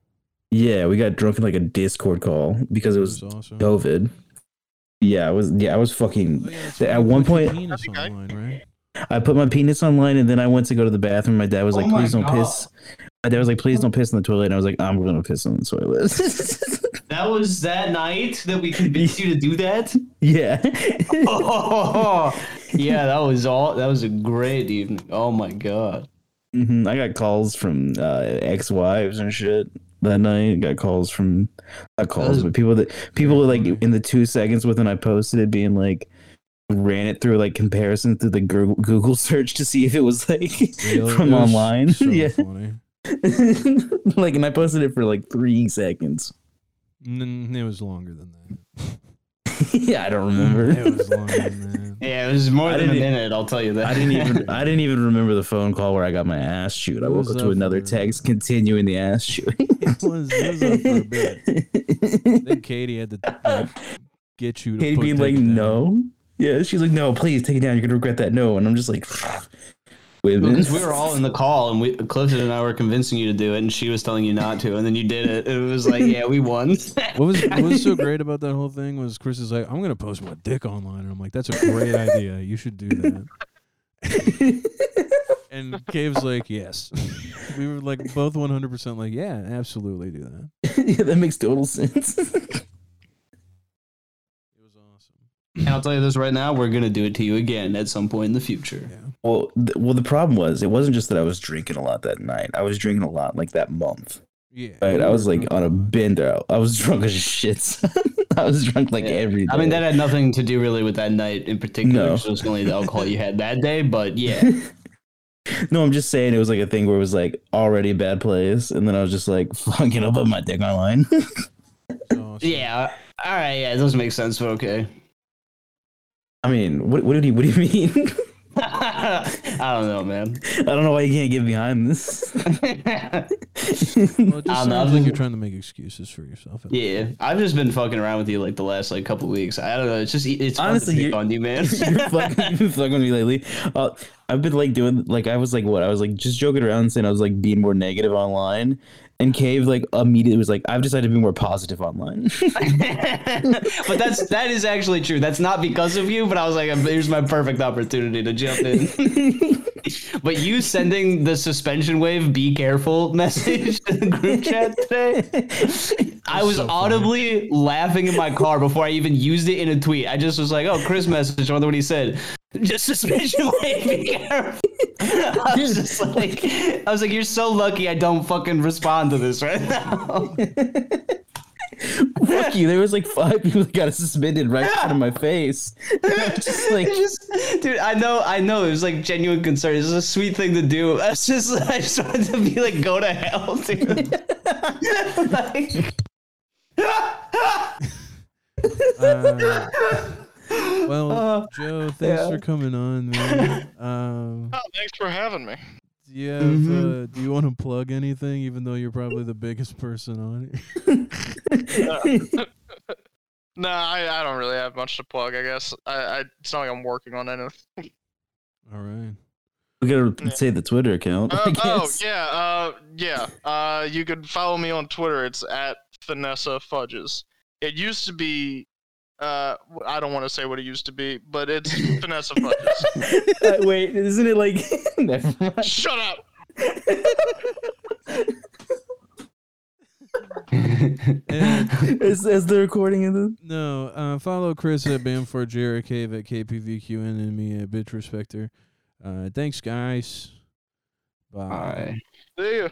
[SPEAKER 2] Yeah, we got drunk in like a Discord call because it was
[SPEAKER 1] awesome.
[SPEAKER 2] COVID. Yeah, I was yeah I was fucking.
[SPEAKER 1] Oh, yeah, that's
[SPEAKER 2] At
[SPEAKER 1] right, you
[SPEAKER 2] one
[SPEAKER 1] put your
[SPEAKER 2] point-
[SPEAKER 1] penis
[SPEAKER 3] Okay.
[SPEAKER 1] online, right?
[SPEAKER 2] I put my penis online and then I went to go to the bathroom. My dad was
[SPEAKER 4] Oh
[SPEAKER 2] like,
[SPEAKER 4] my
[SPEAKER 2] please don't
[SPEAKER 4] God.
[SPEAKER 2] piss. My dad was like, please don't piss in the toilet. And I was like, I'm gonna piss in the toilet.
[SPEAKER 4] That was that night that we convinced you to do that.
[SPEAKER 2] yeah.
[SPEAKER 4] Oh, yeah, that was all. That was a great evening. Oh my god.
[SPEAKER 2] hmm I got calls from uh, ex-wives and shit that night. I got calls from not calls,
[SPEAKER 4] Those-
[SPEAKER 2] but people that people were like in the two seconds with when I posted it, being like ran it through like comparison through the Google, Google search to see if it was like
[SPEAKER 1] Really?
[SPEAKER 2] from
[SPEAKER 1] It was
[SPEAKER 2] online.
[SPEAKER 1] so
[SPEAKER 2] yeah,
[SPEAKER 1] funny.
[SPEAKER 2] like and I posted it for like three seconds.
[SPEAKER 1] N- it was longer than that.
[SPEAKER 2] yeah, I don't remember.
[SPEAKER 4] Mm,
[SPEAKER 1] It was longer than that.
[SPEAKER 4] Yeah, it was more
[SPEAKER 2] I
[SPEAKER 4] than a
[SPEAKER 2] didn't- e-
[SPEAKER 4] minute. I'll tell you that.
[SPEAKER 2] I didn't even I didn't even remember the phone call where I got my ass chewed. I
[SPEAKER 1] What
[SPEAKER 2] woke
[SPEAKER 1] was
[SPEAKER 2] up
[SPEAKER 1] that
[SPEAKER 2] to another
[SPEAKER 1] for?
[SPEAKER 2] text continuing the ass chewing.
[SPEAKER 1] It was, it was up for a bit. Then Katie had to like, get you to
[SPEAKER 2] Katie
[SPEAKER 1] put
[SPEAKER 2] being
[SPEAKER 1] that
[SPEAKER 2] like,
[SPEAKER 1] down.
[SPEAKER 2] no. Yeah, she's like, no, please take it down. You're gonna regret that. No, and I'm just like, wait a minute.
[SPEAKER 4] Because we were all in the call, and we Clifton and I were convincing you to do it, and she was telling you not to, and then you did it. It was like, yeah, we won.
[SPEAKER 1] What was what was so great about that whole thing was Chris is like, I'm gonna post my dick online, and I'm like, that's a great idea. You should do that. And Cave's like, yes. we were like both 100% like, yeah, absolutely do that.
[SPEAKER 2] yeah, that makes total sense.
[SPEAKER 1] It was awesome.
[SPEAKER 4] And I'll tell you this right now, we're gonna do it to you again at some point in the future.
[SPEAKER 1] Yeah.
[SPEAKER 2] well, th- well, the problem was it wasn't just that I was drinking a lot that night. I was drinking a lot like that month.
[SPEAKER 1] Yeah.
[SPEAKER 2] Right? I was like on a
[SPEAKER 1] bit.
[SPEAKER 2] bender. I was drunk as shit. son. I was drunk like
[SPEAKER 4] Yeah.
[SPEAKER 2] every day.
[SPEAKER 4] I mean, that had nothing to do really with that night in particular.
[SPEAKER 2] No.
[SPEAKER 4] 'cause It was only the alcohol you had that day, but yeah.
[SPEAKER 2] no, I'm just saying it was like a thing where it was like already a bad place, and then I was just like, "Fucking, I'll put my dick online."
[SPEAKER 4] Yeah. All right. Yeah. It doesn't make sense, but okay.
[SPEAKER 2] I mean, what, what did he? What do you mean?
[SPEAKER 4] I don't know, man.
[SPEAKER 2] I don't know why you can't get behind this.
[SPEAKER 1] Well, it just
[SPEAKER 4] I don't know,
[SPEAKER 1] sounds
[SPEAKER 4] I've
[SPEAKER 1] like
[SPEAKER 4] been-
[SPEAKER 1] you're trying to make excuses for yourself.
[SPEAKER 4] yeah. I've just been fucking around with you like the last like couple weeks. I don't know. It's just e, it's
[SPEAKER 2] Honestly,
[SPEAKER 4] honestly
[SPEAKER 2] you're-
[SPEAKER 4] on you, man.
[SPEAKER 2] you're fucking, you've been fucking with me lately. Uh, I've been like doing like I was like what I was like just joking around saying I was like being more negative online, and Cave like immediately was like I've decided to be more positive online.
[SPEAKER 4] but that's that is actually true. That's not because of you, but I was like, here's my perfect opportunity to jump in. but you sending the suspension wave, be careful message to the group chat today. I was
[SPEAKER 1] so funny.
[SPEAKER 4] audibly laughing in my car before I even used it in a tweet. I just was like, oh, Chris messaged. I wonder what he said. Just suspension wave, be careful. I was just like, I was like, you're so lucky I don't fucking respond to this right now.
[SPEAKER 2] Fuck you! There was like five people that got suspended right in front of my face. I was just like
[SPEAKER 4] It's just- dude, I know, I know. It was like genuine concern. It's a sweet thing to do. I was just, I just wanted to be like, go to hell, dude. like,
[SPEAKER 1] Uh, well,
[SPEAKER 4] Uh,
[SPEAKER 1] Joe, thanks
[SPEAKER 4] yeah.
[SPEAKER 1] for coming on, man. Um,
[SPEAKER 3] Oh, thanks for having me.
[SPEAKER 1] do you have, uh, do you want to plug anything, even though you're probably the biggest person on here?
[SPEAKER 3] No, I, I don't really have much to plug. I guess I, I it's not like I'm working on anything.
[SPEAKER 1] All right.
[SPEAKER 2] we gotta say the Twitter account. I
[SPEAKER 3] Uh, oh
[SPEAKER 2] guess.
[SPEAKER 3] yeah, uh, yeah. Uh, you can follow me on Twitter. It's at Vanessa Fudges. It used to be. Uh, I don't want to say what it used to be, but it's Vanessa Fudges.
[SPEAKER 2] Uh, wait, isn't it like? Never mind.
[SPEAKER 3] Shut up.
[SPEAKER 1] And
[SPEAKER 2] Is, is the recording of the?
[SPEAKER 1] No, uh, follow Chris at Bamford, Jared Cave at KPVQN, and me at Bitch Respecter. Uh, thanks, guys. Bye.
[SPEAKER 4] All right.
[SPEAKER 3] See ya.